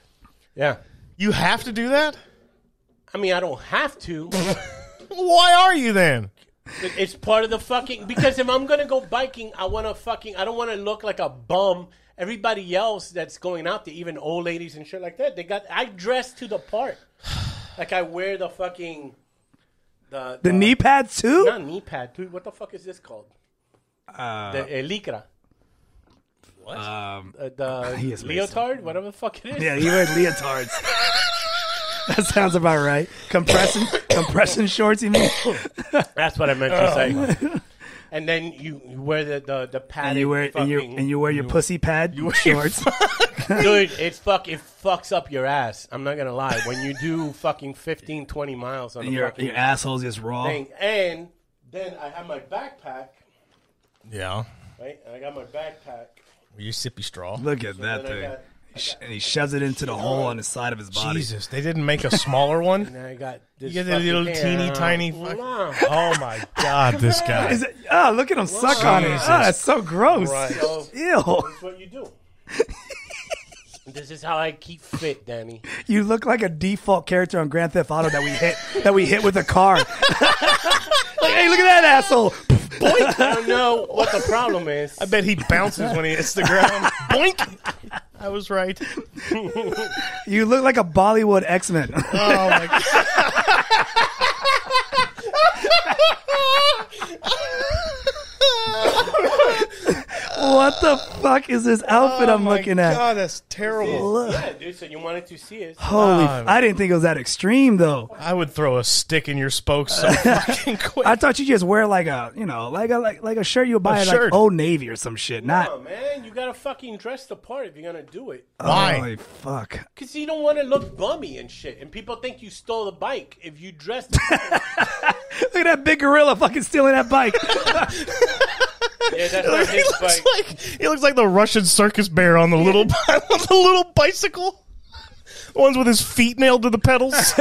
Speaker 1: Yeah.
Speaker 3: You have to do that?
Speaker 1: I mean, I don't have to.
Speaker 3: Why are you then?
Speaker 1: It's part of the fucking because if I'm gonna go biking, I wanna fucking I don't wanna look like a bum. Everybody else that's going out there, even old ladies and shit like that, they got I dress to the
Speaker 2: [SIGHS]
Speaker 1: part. Like I wear the fucking the
Speaker 2: The knee
Speaker 1: [LAUGHS]
Speaker 2: pads too?
Speaker 1: not knee pad, dude. What the fuck is this called? the uh, lycra,
Speaker 2: Um,
Speaker 1: uh, the
Speaker 2: [LAUGHS] He is racist.
Speaker 1: leotard, whatever the fuck it is.
Speaker 2: yeah, you wear leotards. that [LAUGHS] sounds about
Speaker 5: [COUGHS]
Speaker 2: right. Compression compression shorts, you mean? Oh. [LAUGHS]
Speaker 1: That's what I meant to say. and then you you wear the the the padded
Speaker 2: and you wear and you
Speaker 1: fucking-
Speaker 2: and you wear your pussy pad shorts.
Speaker 1: dude it's fuck it fucks up your ass i'm not gonna lie when you do fucking 15 20 miles on the
Speaker 2: your
Speaker 1: fucking
Speaker 2: your asshole's just raw.
Speaker 1: thing and then i have my backpack
Speaker 3: Yeah.
Speaker 1: right and i got my backpack
Speaker 3: Your sippy straw.
Speaker 2: Look at that
Speaker 1: then I
Speaker 2: thing.
Speaker 1: got-
Speaker 2: He sh- and he shoves it into the hole on the side of his body.
Speaker 3: Jesus, they didn't make a smaller
Speaker 1: [LAUGHS]
Speaker 3: one.
Speaker 1: and i got this
Speaker 3: You get the
Speaker 1: fucking
Speaker 3: little
Speaker 1: thing.
Speaker 3: teeny tiny. fuck-
Speaker 1: Wow.
Speaker 3: Oh my god, this guy.
Speaker 2: Is it, oh, look at him suck on it. Oh,
Speaker 3: Jesus
Speaker 2: that's so gross.
Speaker 3: [LAUGHS]
Speaker 1: So-
Speaker 2: Ew.
Speaker 1: That's what you do. this is how I keep fit, Danny.
Speaker 2: You look like a default character on Grand Theft Auto that we hit that we hit with a car. [LAUGHS] like, hey, look at that asshole.
Speaker 1: I don't know what the problem is.
Speaker 3: I bet he bounces when he hits the
Speaker 1: [LAUGHS]
Speaker 3: ground. Boink. I was right.
Speaker 2: You look like a Bollywood X Men.
Speaker 3: Oh my god.
Speaker 2: [LAUGHS] what the fuck is this outfit
Speaker 1: Oh
Speaker 2: I'm looking at?
Speaker 3: Oh God, that's terrible.
Speaker 2: Look.
Speaker 1: Yeah, dude. So you wanted to see it?
Speaker 2: Holy! f- I didn't think it was that extreme though.
Speaker 3: I would throw a stick in your
Speaker 1: [LAUGHS]
Speaker 3: spokes so fucking quick.
Speaker 2: I thought you just wear like a, you know, like a like, like a shirt you would buy at like
Speaker 3: shirt.
Speaker 2: Old Navy or some shit.
Speaker 1: Oh,
Speaker 2: Not
Speaker 1: man, you gotta fucking dress the part if you're gonna do it,
Speaker 3: Why?
Speaker 2: holy fuck. [LAUGHS]
Speaker 1: cause you don't want to look bummy and shit, and people think you stole the bike if you dress.
Speaker 3: [LAUGHS]
Speaker 1: yeah,
Speaker 2: Look at that big gorilla fucking stealing
Speaker 1: [LAUGHS]
Speaker 2: that bike.
Speaker 1: that's
Speaker 3: [LAUGHS]
Speaker 1: not his bike.
Speaker 3: looks like he looks like the Russian circus bear on the [LAUGHS] little on the little bicycle. The ones with his feet nailed to the
Speaker 1: [LAUGHS]
Speaker 3: pedals.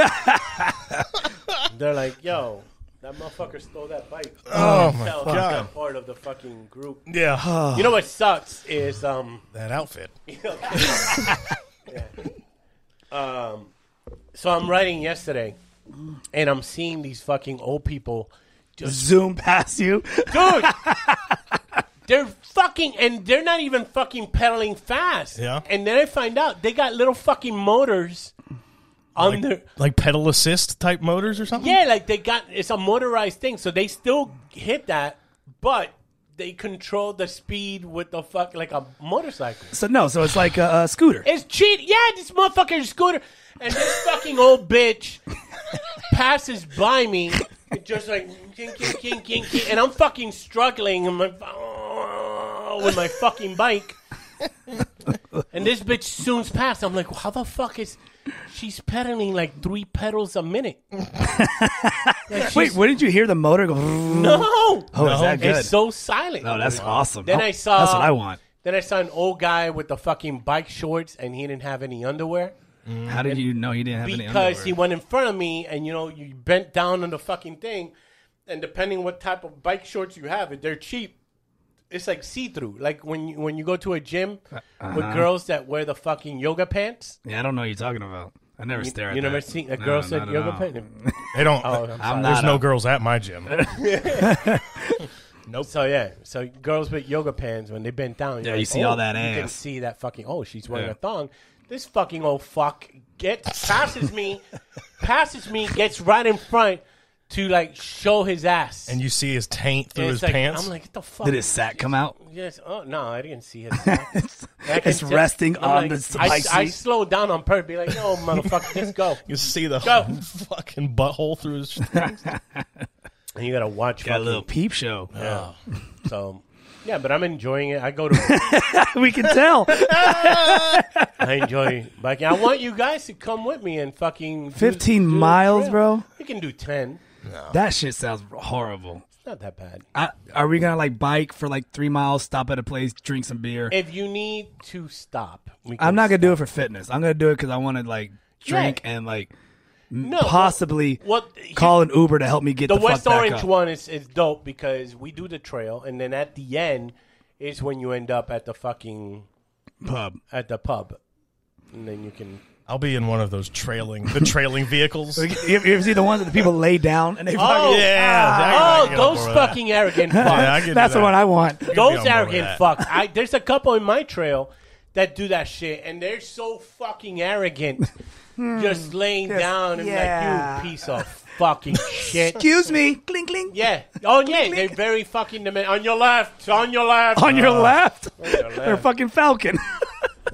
Speaker 1: They're like, yo. That motherfucker stole that bike.
Speaker 3: Oh, my
Speaker 1: Tell
Speaker 3: God.
Speaker 1: that Part of the fucking group.
Speaker 3: yeah,
Speaker 1: You know what sucks is um,
Speaker 3: that outfit.
Speaker 1: um, so I'm writing yesterday, and I'm seeing these fucking old people
Speaker 2: Zoom past you.
Speaker 3: [LAUGHS]
Speaker 1: dude. They're fucking, and they're not even fucking pedaling fast.
Speaker 3: Yeah.
Speaker 1: And then I find out they got little fucking motors on their.
Speaker 3: Like pedal assist type motors or something.
Speaker 1: Yeah, like they got it's a motorized thing, so they still hit that, but they control the speed with the fuck like a motorcycle.
Speaker 2: So no, so it's like a, a scooter.
Speaker 1: It's cheat. Yeah, this motherfucker's scooter, and this fucking old bitch passes by me, and just like king, king, king, king, king, and I'm fucking struggling. I'm like "Oh," with my fucking bike, and this bitch soon's passed. I'm like, how the fuck is she's pedaling like three pedals a minute?
Speaker 2: Wait, wouldn't you hear the motor go? [LAUGHS]
Speaker 1: [LAUGHS]
Speaker 2: No.
Speaker 1: No,
Speaker 2: Oh, is that good?
Speaker 1: it's so silent.
Speaker 2: oh, that's awesome.
Speaker 1: Then
Speaker 2: Oh,
Speaker 1: I saw-
Speaker 2: That's what I want.
Speaker 1: Then I saw an old guy with the fucking bike shorts, and he didn't have any underwear.
Speaker 2: How did you know he didn't have any
Speaker 1: because
Speaker 2: underwear?
Speaker 1: he went in front of me and you know you bent down on the fucking thing and depending what type of bike shorts you have if they're cheap it's like see-through like when you when you go to a gym
Speaker 2: Uh, uh-huh.
Speaker 1: with girls that wear the fucking yoga pants
Speaker 2: yeah, I don't know what you're talking about. I never stare at
Speaker 1: you
Speaker 2: that.
Speaker 1: never seen a
Speaker 2: No,
Speaker 1: girl
Speaker 2: not
Speaker 1: said
Speaker 2: at
Speaker 1: yoga
Speaker 2: all.
Speaker 1: pants
Speaker 3: They don't.
Speaker 1: oh, I'm
Speaker 2: I'm
Speaker 1: sorry.
Speaker 2: not
Speaker 3: there's no
Speaker 2: a-
Speaker 3: girls at
Speaker 1: [LAUGHS]
Speaker 3: my gym.
Speaker 1: so yeah so girls with yoga pants when they bent down
Speaker 2: Yeah,
Speaker 1: you're
Speaker 2: you
Speaker 1: like,
Speaker 2: see
Speaker 1: oh,
Speaker 2: all that
Speaker 1: you can
Speaker 2: ass.
Speaker 1: see that fucking oh she's wearing
Speaker 2: Yeah.
Speaker 1: a thong this fucking old fuck gets passes me
Speaker 2: [LAUGHS]
Speaker 1: passes me gets right in front to like show his ass
Speaker 3: and you see his taint through
Speaker 1: And
Speaker 3: his
Speaker 1: it's like-
Speaker 3: pants.
Speaker 1: I'm like, what the fuck?
Speaker 2: Did his sack come out?
Speaker 1: Yes. Oh no, I didn't see
Speaker 2: [LAUGHS]
Speaker 1: it. I can
Speaker 2: it's
Speaker 1: tell-
Speaker 2: resting
Speaker 1: I'm
Speaker 2: on
Speaker 1: like,
Speaker 2: the s-
Speaker 1: I,
Speaker 2: bike
Speaker 1: I
Speaker 2: seat.
Speaker 1: slowed down on purpose. Be like,
Speaker 2: [LAUGHS]
Speaker 1: no, motherfucker, just go.
Speaker 3: you see the
Speaker 1: Go.
Speaker 3: [LAUGHS] fucking butthole through his.
Speaker 1: And you gotta watch.
Speaker 2: Got a
Speaker 1: fucking-
Speaker 2: little peep show.
Speaker 1: [LAUGHS] Yeah. So, yeah, but I'm enjoying it. I go
Speaker 2: [LAUGHS]
Speaker 1: to.
Speaker 2: we can tell.
Speaker 1: I enjoy biking. I want you guys to come with me and fucking. do-
Speaker 2: 15
Speaker 1: do the
Speaker 2: miles,
Speaker 1: trail.
Speaker 2: bro?
Speaker 1: We can do ten.
Speaker 2: That shit sounds horrible.
Speaker 1: It's not that bad.
Speaker 2: I, are we gonna like bike for like three miles, stop at a place, drink some beer?
Speaker 1: If you need to stop, we can
Speaker 2: I'm not gonna do it for fitness. I'm gonna do it because I want to like drink
Speaker 1: Yeah.
Speaker 2: and like
Speaker 1: no,
Speaker 2: possibly
Speaker 1: What?
Speaker 2: call an Uber to help me get the,
Speaker 1: the West
Speaker 2: fuck back
Speaker 1: Orange
Speaker 2: up.
Speaker 1: one is, is dope because we do the trail, and then at the end is when you end up at the fucking
Speaker 2: pub.
Speaker 1: at the pub, and then you can.
Speaker 3: I'll be in one of those trailing the trailing
Speaker 1: [LAUGHS]
Speaker 3: vehicles.
Speaker 2: [LAUGHS] You, you ever see the ones that the people lay down and they fucking?
Speaker 3: yeah, I
Speaker 1: Oh,
Speaker 3: can get on
Speaker 1: those
Speaker 3: board with that.
Speaker 1: fucking arrogant
Speaker 3: Yeah, I
Speaker 1: fucks!
Speaker 3: can
Speaker 2: [LAUGHS]
Speaker 3: do
Speaker 2: That's the
Speaker 3: that.
Speaker 2: one I want.
Speaker 3: be on
Speaker 1: those
Speaker 3: board
Speaker 1: arrogant
Speaker 3: with that.
Speaker 1: fucks! I, there's a couple in my trail that do that shit, and they're so fucking arrogant, just laying down and
Speaker 2: Hmm. yeah.
Speaker 1: like you piece of fucking shit.
Speaker 2: Excuse me, clink clink.
Speaker 1: Yeah. Oh yeah, they're very fucking demand on your left, on your left,
Speaker 2: On your left,
Speaker 1: your
Speaker 2: they're
Speaker 1: left.
Speaker 2: fucking Falcon. [LAUGHS]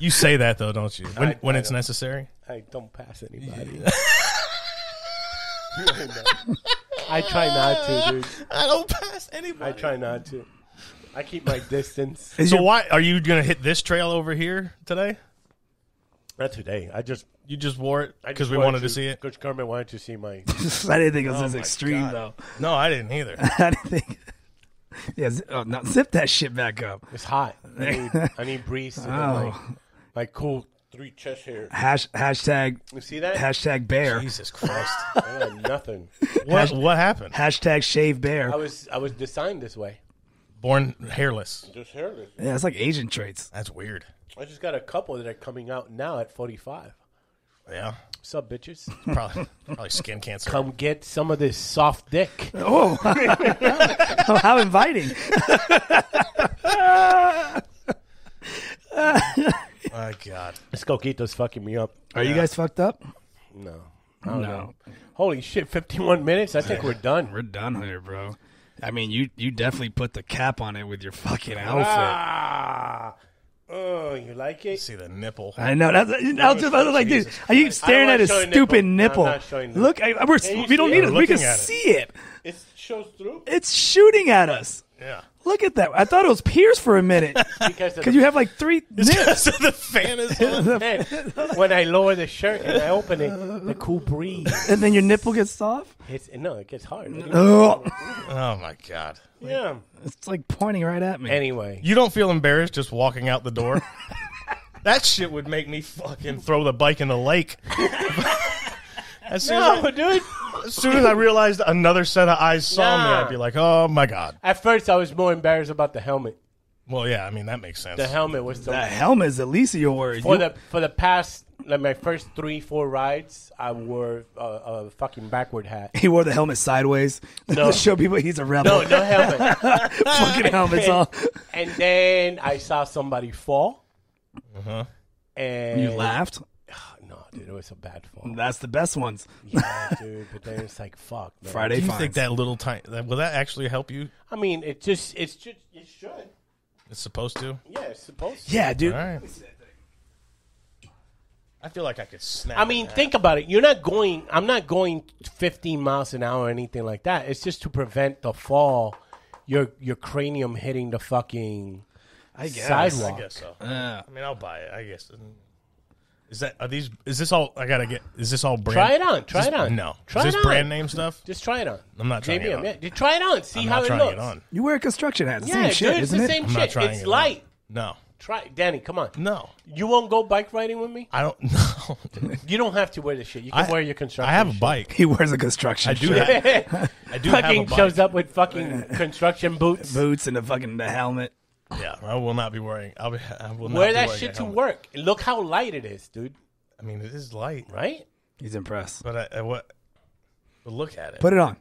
Speaker 3: You say that though, don't you? When,
Speaker 1: I-
Speaker 3: when
Speaker 1: I
Speaker 3: it's
Speaker 1: don't.
Speaker 3: necessary.
Speaker 1: Hey, don't pass anybody. [LAUGHS] I try not to, dude.
Speaker 3: I don't pass
Speaker 1: I
Speaker 3: anybody.
Speaker 1: try not to. I keep my distance.
Speaker 2: Is
Speaker 3: So
Speaker 2: your-
Speaker 3: why are you gonna hit this trail over here today?
Speaker 1: Not today. I just
Speaker 3: You just wore it
Speaker 1: I just
Speaker 3: because we wanted to see it.
Speaker 1: Coach Carmen wanted to see my.
Speaker 2: I didn't think it was this
Speaker 3: my
Speaker 2: extreme
Speaker 3: God.
Speaker 2: though.
Speaker 3: No, I didn't
Speaker 2: [LAUGHS]
Speaker 3: either.
Speaker 2: I didn't think. Yeah, z- oh, now zip that shit back up.
Speaker 1: It's hot. [LAUGHS] I need, I need breeze to like, like cool three chest hair.
Speaker 2: Hash, hashtag
Speaker 1: You see that?
Speaker 2: hashtag bear.
Speaker 3: Jesus Christ!
Speaker 1: I got nothing.
Speaker 3: What what happened?
Speaker 2: Hashtag shave
Speaker 1: I
Speaker 2: bear.
Speaker 1: was I was designed this way.
Speaker 3: Born hairless.
Speaker 1: Just hairless.
Speaker 2: Yeah, it's like agent traits.
Speaker 3: That's weird.
Speaker 1: I just got a couple that are coming out now at 45.
Speaker 2: [LAUGHS]
Speaker 3: Yeah,
Speaker 1: What's up, bitches?
Speaker 3: probably probably skin cancer.
Speaker 1: Come get some of this soft dick.
Speaker 2: Oh, Oh, [LAUGHS] how inviting!
Speaker 3: My God.
Speaker 1: This coquito's fucking me up.
Speaker 2: Are you guys fucked up?
Speaker 1: No. I don't know. Holy shit, 51 minutes? I think we're done.
Speaker 2: we're done here, bro. I mean, you you definitely put the cap on it with your fucking outfit.
Speaker 1: Ah. Oh, you like it?
Speaker 3: See the nipple. [LAUGHS]
Speaker 2: I know. That's, I was just I was like, dude,
Speaker 3: Jesus
Speaker 2: are you staring
Speaker 1: I'm
Speaker 2: at
Speaker 1: not
Speaker 2: his
Speaker 1: showing
Speaker 2: stupid
Speaker 1: nipple.
Speaker 2: nipple?
Speaker 1: I'm not showing nipple.
Speaker 2: Look, I, we're,
Speaker 1: Can you
Speaker 2: we don't
Speaker 1: see
Speaker 2: need
Speaker 1: it?
Speaker 2: it.
Speaker 1: I'm
Speaker 2: We can
Speaker 3: looking at it.
Speaker 2: see it.
Speaker 1: It shows through
Speaker 2: It's shooting at us.
Speaker 3: Yeah.
Speaker 2: Look at that. I thought it was Pierce for
Speaker 1: [LAUGHS]
Speaker 2: a minute
Speaker 1: because of
Speaker 2: because you have like three nips.
Speaker 3: so the fan
Speaker 2: [LAUGHS]
Speaker 3: is
Speaker 1: [LAUGHS]
Speaker 3: on.
Speaker 1: the man. When I lower the shirt and I open it, the cool breeze
Speaker 2: and then your nipple gets soft.
Speaker 1: hits. No, it gets hard.
Speaker 2: Oh,
Speaker 3: Oh my God.
Speaker 1: Yeah.
Speaker 2: it's like pointing right at me.
Speaker 1: Anyway, [LAUGHS]
Speaker 3: You don't feel embarrassed just walking out the
Speaker 2: [LAUGHS]
Speaker 3: door? that shit would make me fucking throw the bike in
Speaker 2: [LAUGHS]
Speaker 3: the lake. [LAUGHS] as, soon
Speaker 1: no,
Speaker 3: as, I,
Speaker 1: dude.
Speaker 3: as soon as I realized another set of eyes saw me,
Speaker 1: Nah.
Speaker 3: I'd be like, oh my God.
Speaker 1: At first, I was more embarrassed about the helmet.
Speaker 3: Well, yeah, I mean, that makes sense.
Speaker 1: The helmet was the
Speaker 2: the helmet is at least your word.
Speaker 1: for
Speaker 2: You-
Speaker 1: the for the past like my first three four rides. I wore a, a fucking backward hat.
Speaker 2: he wore the helmet sideways
Speaker 1: [LAUGHS] No.
Speaker 2: to [LAUGHS] show people he's a
Speaker 1: No, [LAUGHS]
Speaker 2: rebel. [LAUGHS]
Speaker 1: no helmet.
Speaker 2: Fucking helmets on.
Speaker 1: and then I saw somebody fall. Uh-huh. And
Speaker 2: You laughed.
Speaker 1: No, dude, it was a bad fall. [LAUGHS]
Speaker 2: That's the best ones.
Speaker 1: Yeah, dude, but then it's like fuck. Man.
Speaker 2: Friday
Speaker 3: Do you
Speaker 2: finds.
Speaker 3: think that little tiny, that, will that actually help you?
Speaker 1: I mean, it just it's just it should.
Speaker 3: It's supposed to?
Speaker 1: Yeah, it's supposed. to.
Speaker 2: yeah, dude.
Speaker 3: All right. I feel like I could snap.
Speaker 1: I mean, think about it. You're not going. I'm not going 15 miles an hour or anything like that. It's just to prevent the fall. Your your cranium hitting the fucking
Speaker 2: I guess.
Speaker 1: sidewalk.
Speaker 3: I guess so. I mean, I'll buy it. I guess. Is that are these? Is this all? I gotta get. Is this all brand?
Speaker 1: Try it on. Try
Speaker 3: Is
Speaker 1: it
Speaker 3: this-
Speaker 1: on.
Speaker 3: No.
Speaker 1: Try
Speaker 3: is
Speaker 1: it
Speaker 3: this
Speaker 1: on.
Speaker 3: brand name stuff?
Speaker 1: Just try it on.
Speaker 3: I'm not trying it
Speaker 1: JBM,
Speaker 3: on.
Speaker 1: yeah. Just try it on. See
Speaker 3: I'm
Speaker 1: how
Speaker 3: not
Speaker 1: it
Speaker 3: trying
Speaker 1: looks.
Speaker 3: it on.
Speaker 2: You wear construction hats.
Speaker 1: Yeah,
Speaker 2: same
Speaker 1: dude,
Speaker 2: shit,
Speaker 1: it's
Speaker 2: isn't
Speaker 1: the
Speaker 2: it?
Speaker 1: same
Speaker 3: I'm
Speaker 1: shit.
Speaker 3: not trying
Speaker 1: it's
Speaker 3: it on.
Speaker 1: light.
Speaker 3: No.
Speaker 1: Try, Danny. Come on.
Speaker 3: No.
Speaker 1: You won't go bike riding with me.
Speaker 3: I don't [LAUGHS] know.
Speaker 1: You don't have to wear this shit. You can
Speaker 3: I
Speaker 1: wear your construction.
Speaker 3: I have
Speaker 1: [LAUGHS]
Speaker 3: a
Speaker 1: shit.
Speaker 3: bike.
Speaker 2: He wears a construction.
Speaker 1: [LAUGHS]
Speaker 3: I do
Speaker 2: shirt.
Speaker 3: have. I do have a
Speaker 1: fucking
Speaker 3: bike.
Speaker 1: shows up with fucking construction boots.
Speaker 2: boots and a fucking the helmet.
Speaker 3: Yeah. I will not be wearing. I'll be. I will not
Speaker 1: Wear
Speaker 3: be
Speaker 1: that
Speaker 3: wearing
Speaker 1: shit
Speaker 3: a
Speaker 1: to
Speaker 3: helmet.
Speaker 1: work. Look how light it is, dude.
Speaker 3: I mean, it is light,
Speaker 1: Right?
Speaker 2: He's impressed.
Speaker 3: but I, I what? But look at it.
Speaker 2: Put it on.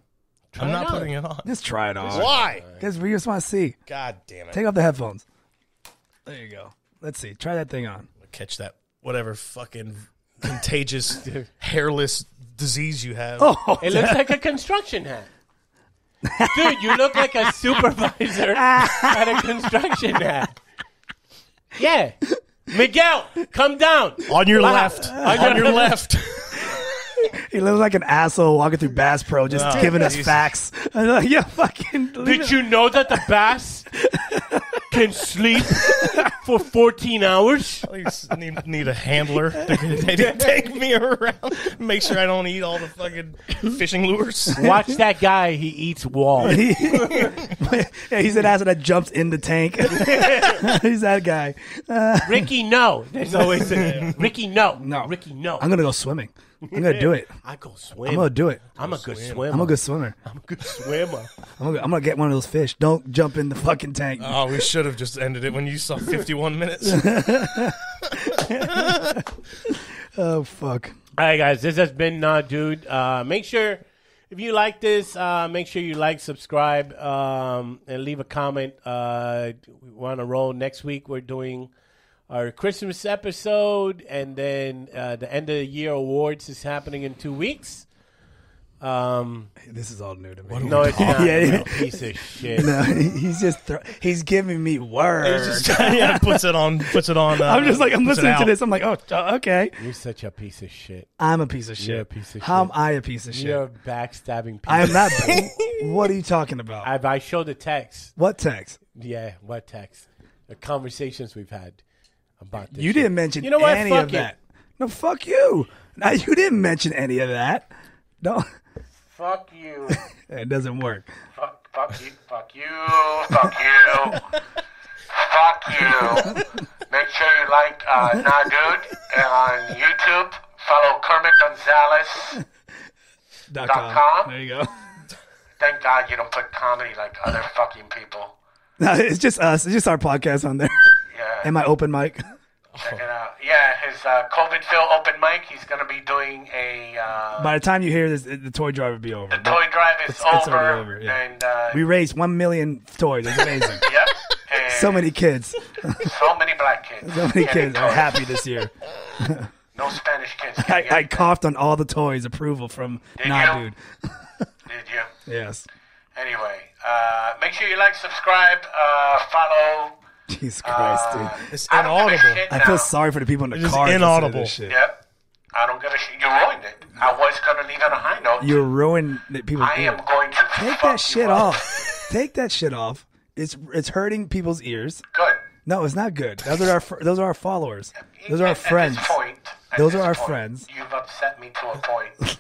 Speaker 3: I'm
Speaker 1: it
Speaker 3: not
Speaker 1: on.
Speaker 3: putting it on.
Speaker 2: Just try it on.
Speaker 3: Why?
Speaker 2: Because we just want to see.
Speaker 3: God damn it!
Speaker 2: Take off the headphones. There you go. Let's see. Try that thing on.
Speaker 3: Catch that whatever fucking
Speaker 2: [LAUGHS]
Speaker 3: contagious hairless disease you have.
Speaker 2: Oh,
Speaker 1: It looks like a construction hat.
Speaker 2: [LAUGHS]
Speaker 1: Dude, you look like a
Speaker 2: [LAUGHS]
Speaker 1: supervisor at a construction hat. Yeah. Miguel, come down.
Speaker 2: [LAUGHS]
Speaker 3: On your left. On your left. [LAUGHS]
Speaker 2: he looks like an asshole walking through Bass Pro, just
Speaker 1: [LAUGHS]
Speaker 3: Oh,
Speaker 2: giving us
Speaker 3: Jesus.
Speaker 2: facts. [LAUGHS] I'm like, yeah, fucking. leave
Speaker 1: Did
Speaker 2: it-
Speaker 1: you know that the bass can sleep for 14 hours?
Speaker 3: Please need, need a
Speaker 2: [LAUGHS]
Speaker 3: handler to, [LAUGHS] to take me around, make sure I don't eat all the fucking
Speaker 2: [LAUGHS]
Speaker 3: fishing lures.
Speaker 1: Watch that guy, he eats wall.
Speaker 2: yeah, he's an asshole that jumps in the tank. [LAUGHS] he's that guy.
Speaker 1: Ricky, no. There's always
Speaker 2: [LAUGHS]
Speaker 1: a Ricky, no. No. Ricky, no.
Speaker 2: I'm gonna go swimming. I'm gonna do it.
Speaker 1: I go swim.
Speaker 2: I'm gonna do it.
Speaker 1: I'm a good swimmer.
Speaker 2: I'm a good swimmer.
Speaker 1: I'm a good swimmer.
Speaker 2: I'm gonna, I'm gonna get one of those fish. Don't jump in the fucking tank.
Speaker 3: Oh, we should have just ended it when
Speaker 2: [LAUGHS]
Speaker 3: you saw 51 minutes.
Speaker 2: Oh fuck.
Speaker 1: All right, guys, this has been Nah Dude. Uh, make sure if you like this, uh, make sure you like, subscribe, um, and leave a comment. Uh, we want to roll next week. We're doing our Christmas episode, and then uh, the end of the year awards is happening in two weeks. Um,
Speaker 2: This is all new to me.
Speaker 1: no,
Speaker 2: [LAUGHS]
Speaker 1: it's not.
Speaker 2: Yeah, yeah.
Speaker 1: you Piece
Speaker 2: [LAUGHS]
Speaker 1: of shit.
Speaker 2: No, he's just thro- he's giving me words.
Speaker 3: [LAUGHS] yeah, puts it on. Puts it on. Uh,
Speaker 2: I'm just like I'm
Speaker 3: puts it
Speaker 2: listening to
Speaker 3: out.
Speaker 2: this. I'm like, oh, uh, okay.
Speaker 1: You're such a piece of shit.
Speaker 2: I'm a piece of shit.
Speaker 1: You're a piece of
Speaker 2: How
Speaker 1: shit.
Speaker 2: am I a piece of shit?
Speaker 1: You're a backstabbing piece.
Speaker 2: I am [LAUGHS] not. what are you talking about?
Speaker 1: I, I showed the text.
Speaker 2: what text?
Speaker 1: Yeah, what text? The conversations we've had about this.
Speaker 2: You
Speaker 1: shit.
Speaker 2: didn't mention
Speaker 1: You know what?
Speaker 2: any of
Speaker 1: Fuck it.
Speaker 2: that. No, fuck you. No, you didn't mention any of that. No, [LAUGHS]
Speaker 4: Fuck you.
Speaker 2: it doesn't work.
Speaker 4: fuck, fuck you. Fuck you. Fuck you. fuck you. Make sure you like uh, Nah Dude on YouTube. Follow Kermit Gonzalez.
Speaker 2: Dot
Speaker 4: Dot com?
Speaker 2: There you go. [LAUGHS]
Speaker 4: Thank God you don't put comedy like other fucking people.
Speaker 2: No, it's just us. It's just our podcast on there.
Speaker 4: Yeah.
Speaker 2: And my open mic.
Speaker 4: Check it out. Yeah, his uh, COVID Phil open mic. He's going to be doing a. Uh,
Speaker 2: By the time you hear this, the toy drive will be over.
Speaker 4: the toy drive is
Speaker 2: It's- it's
Speaker 4: over.
Speaker 2: already over, yeah.
Speaker 4: And, uh,
Speaker 2: We raised one million toys. It's
Speaker 4: [LAUGHS]
Speaker 2: amazing.
Speaker 4: yep. And
Speaker 2: so many kids.
Speaker 4: so many black kids.
Speaker 2: So many
Speaker 4: getting
Speaker 2: kids are
Speaker 4: toys.
Speaker 2: happy this year.
Speaker 4: No Spanish kids.
Speaker 2: I,
Speaker 4: getting
Speaker 2: I
Speaker 4: it.
Speaker 2: coughed on all the toys. Approval from
Speaker 4: Did
Speaker 2: Nah,
Speaker 4: you?
Speaker 2: dude.
Speaker 4: Did you?
Speaker 2: Yes.
Speaker 4: Anyway, uh, make sure you like, subscribe, uh, follow.
Speaker 2: Jesus Christ,
Speaker 4: Uh,
Speaker 2: dude.
Speaker 3: It's
Speaker 4: I don't give a
Speaker 3: inaudible.
Speaker 4: shit
Speaker 2: I
Speaker 4: now.
Speaker 2: feel sorry for the people in the
Speaker 3: It is
Speaker 2: car. listening to
Speaker 3: inaudible.
Speaker 2: this shit.
Speaker 4: Yep. I don't give a shit. You ruined it. I was going to leave on a high note.
Speaker 2: You're ruining the people's
Speaker 4: I am
Speaker 2: ear.
Speaker 4: going to
Speaker 2: Take
Speaker 4: fuck you
Speaker 2: that shit
Speaker 4: up.
Speaker 2: off. Take that shit off. It's it's hurting people's ears.
Speaker 4: Good.
Speaker 2: No, it's not good. Those are our fr- those are our followers. Those are
Speaker 4: At-
Speaker 2: our
Speaker 4: at this
Speaker 2: friends.
Speaker 4: point- at
Speaker 2: Those
Speaker 4: this
Speaker 2: are our
Speaker 4: point,
Speaker 2: friends.
Speaker 4: You've upset me to a point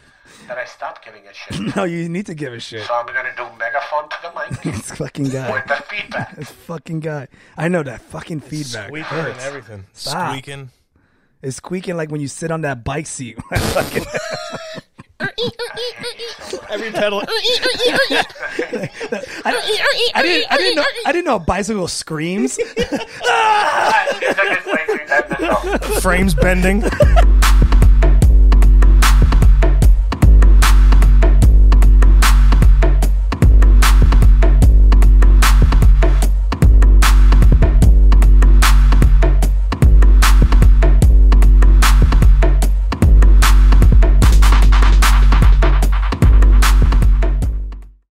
Speaker 4: that I stopped giving a
Speaker 2: [LAUGHS]
Speaker 4: shit.
Speaker 2: No, you need to give a shit.
Speaker 4: So I'm going to do megaphone to the
Speaker 2: [LAUGHS]
Speaker 4: mic
Speaker 2: This fucking guy.
Speaker 4: with the feedback.
Speaker 2: This fucking guy. I know that fucking feedback.
Speaker 3: Squeaking and
Speaker 2: hurts.
Speaker 3: everything.
Speaker 2: Stop.
Speaker 3: Squeaking.
Speaker 2: It's squeaking like when you sit on that bike seat. [LAUGHS]
Speaker 3: Every pedal.
Speaker 2: I didn't, I didn't know. I didn't know a bicycle screams.
Speaker 4: Alright, it's like it's way too time to go.
Speaker 3: frames bending.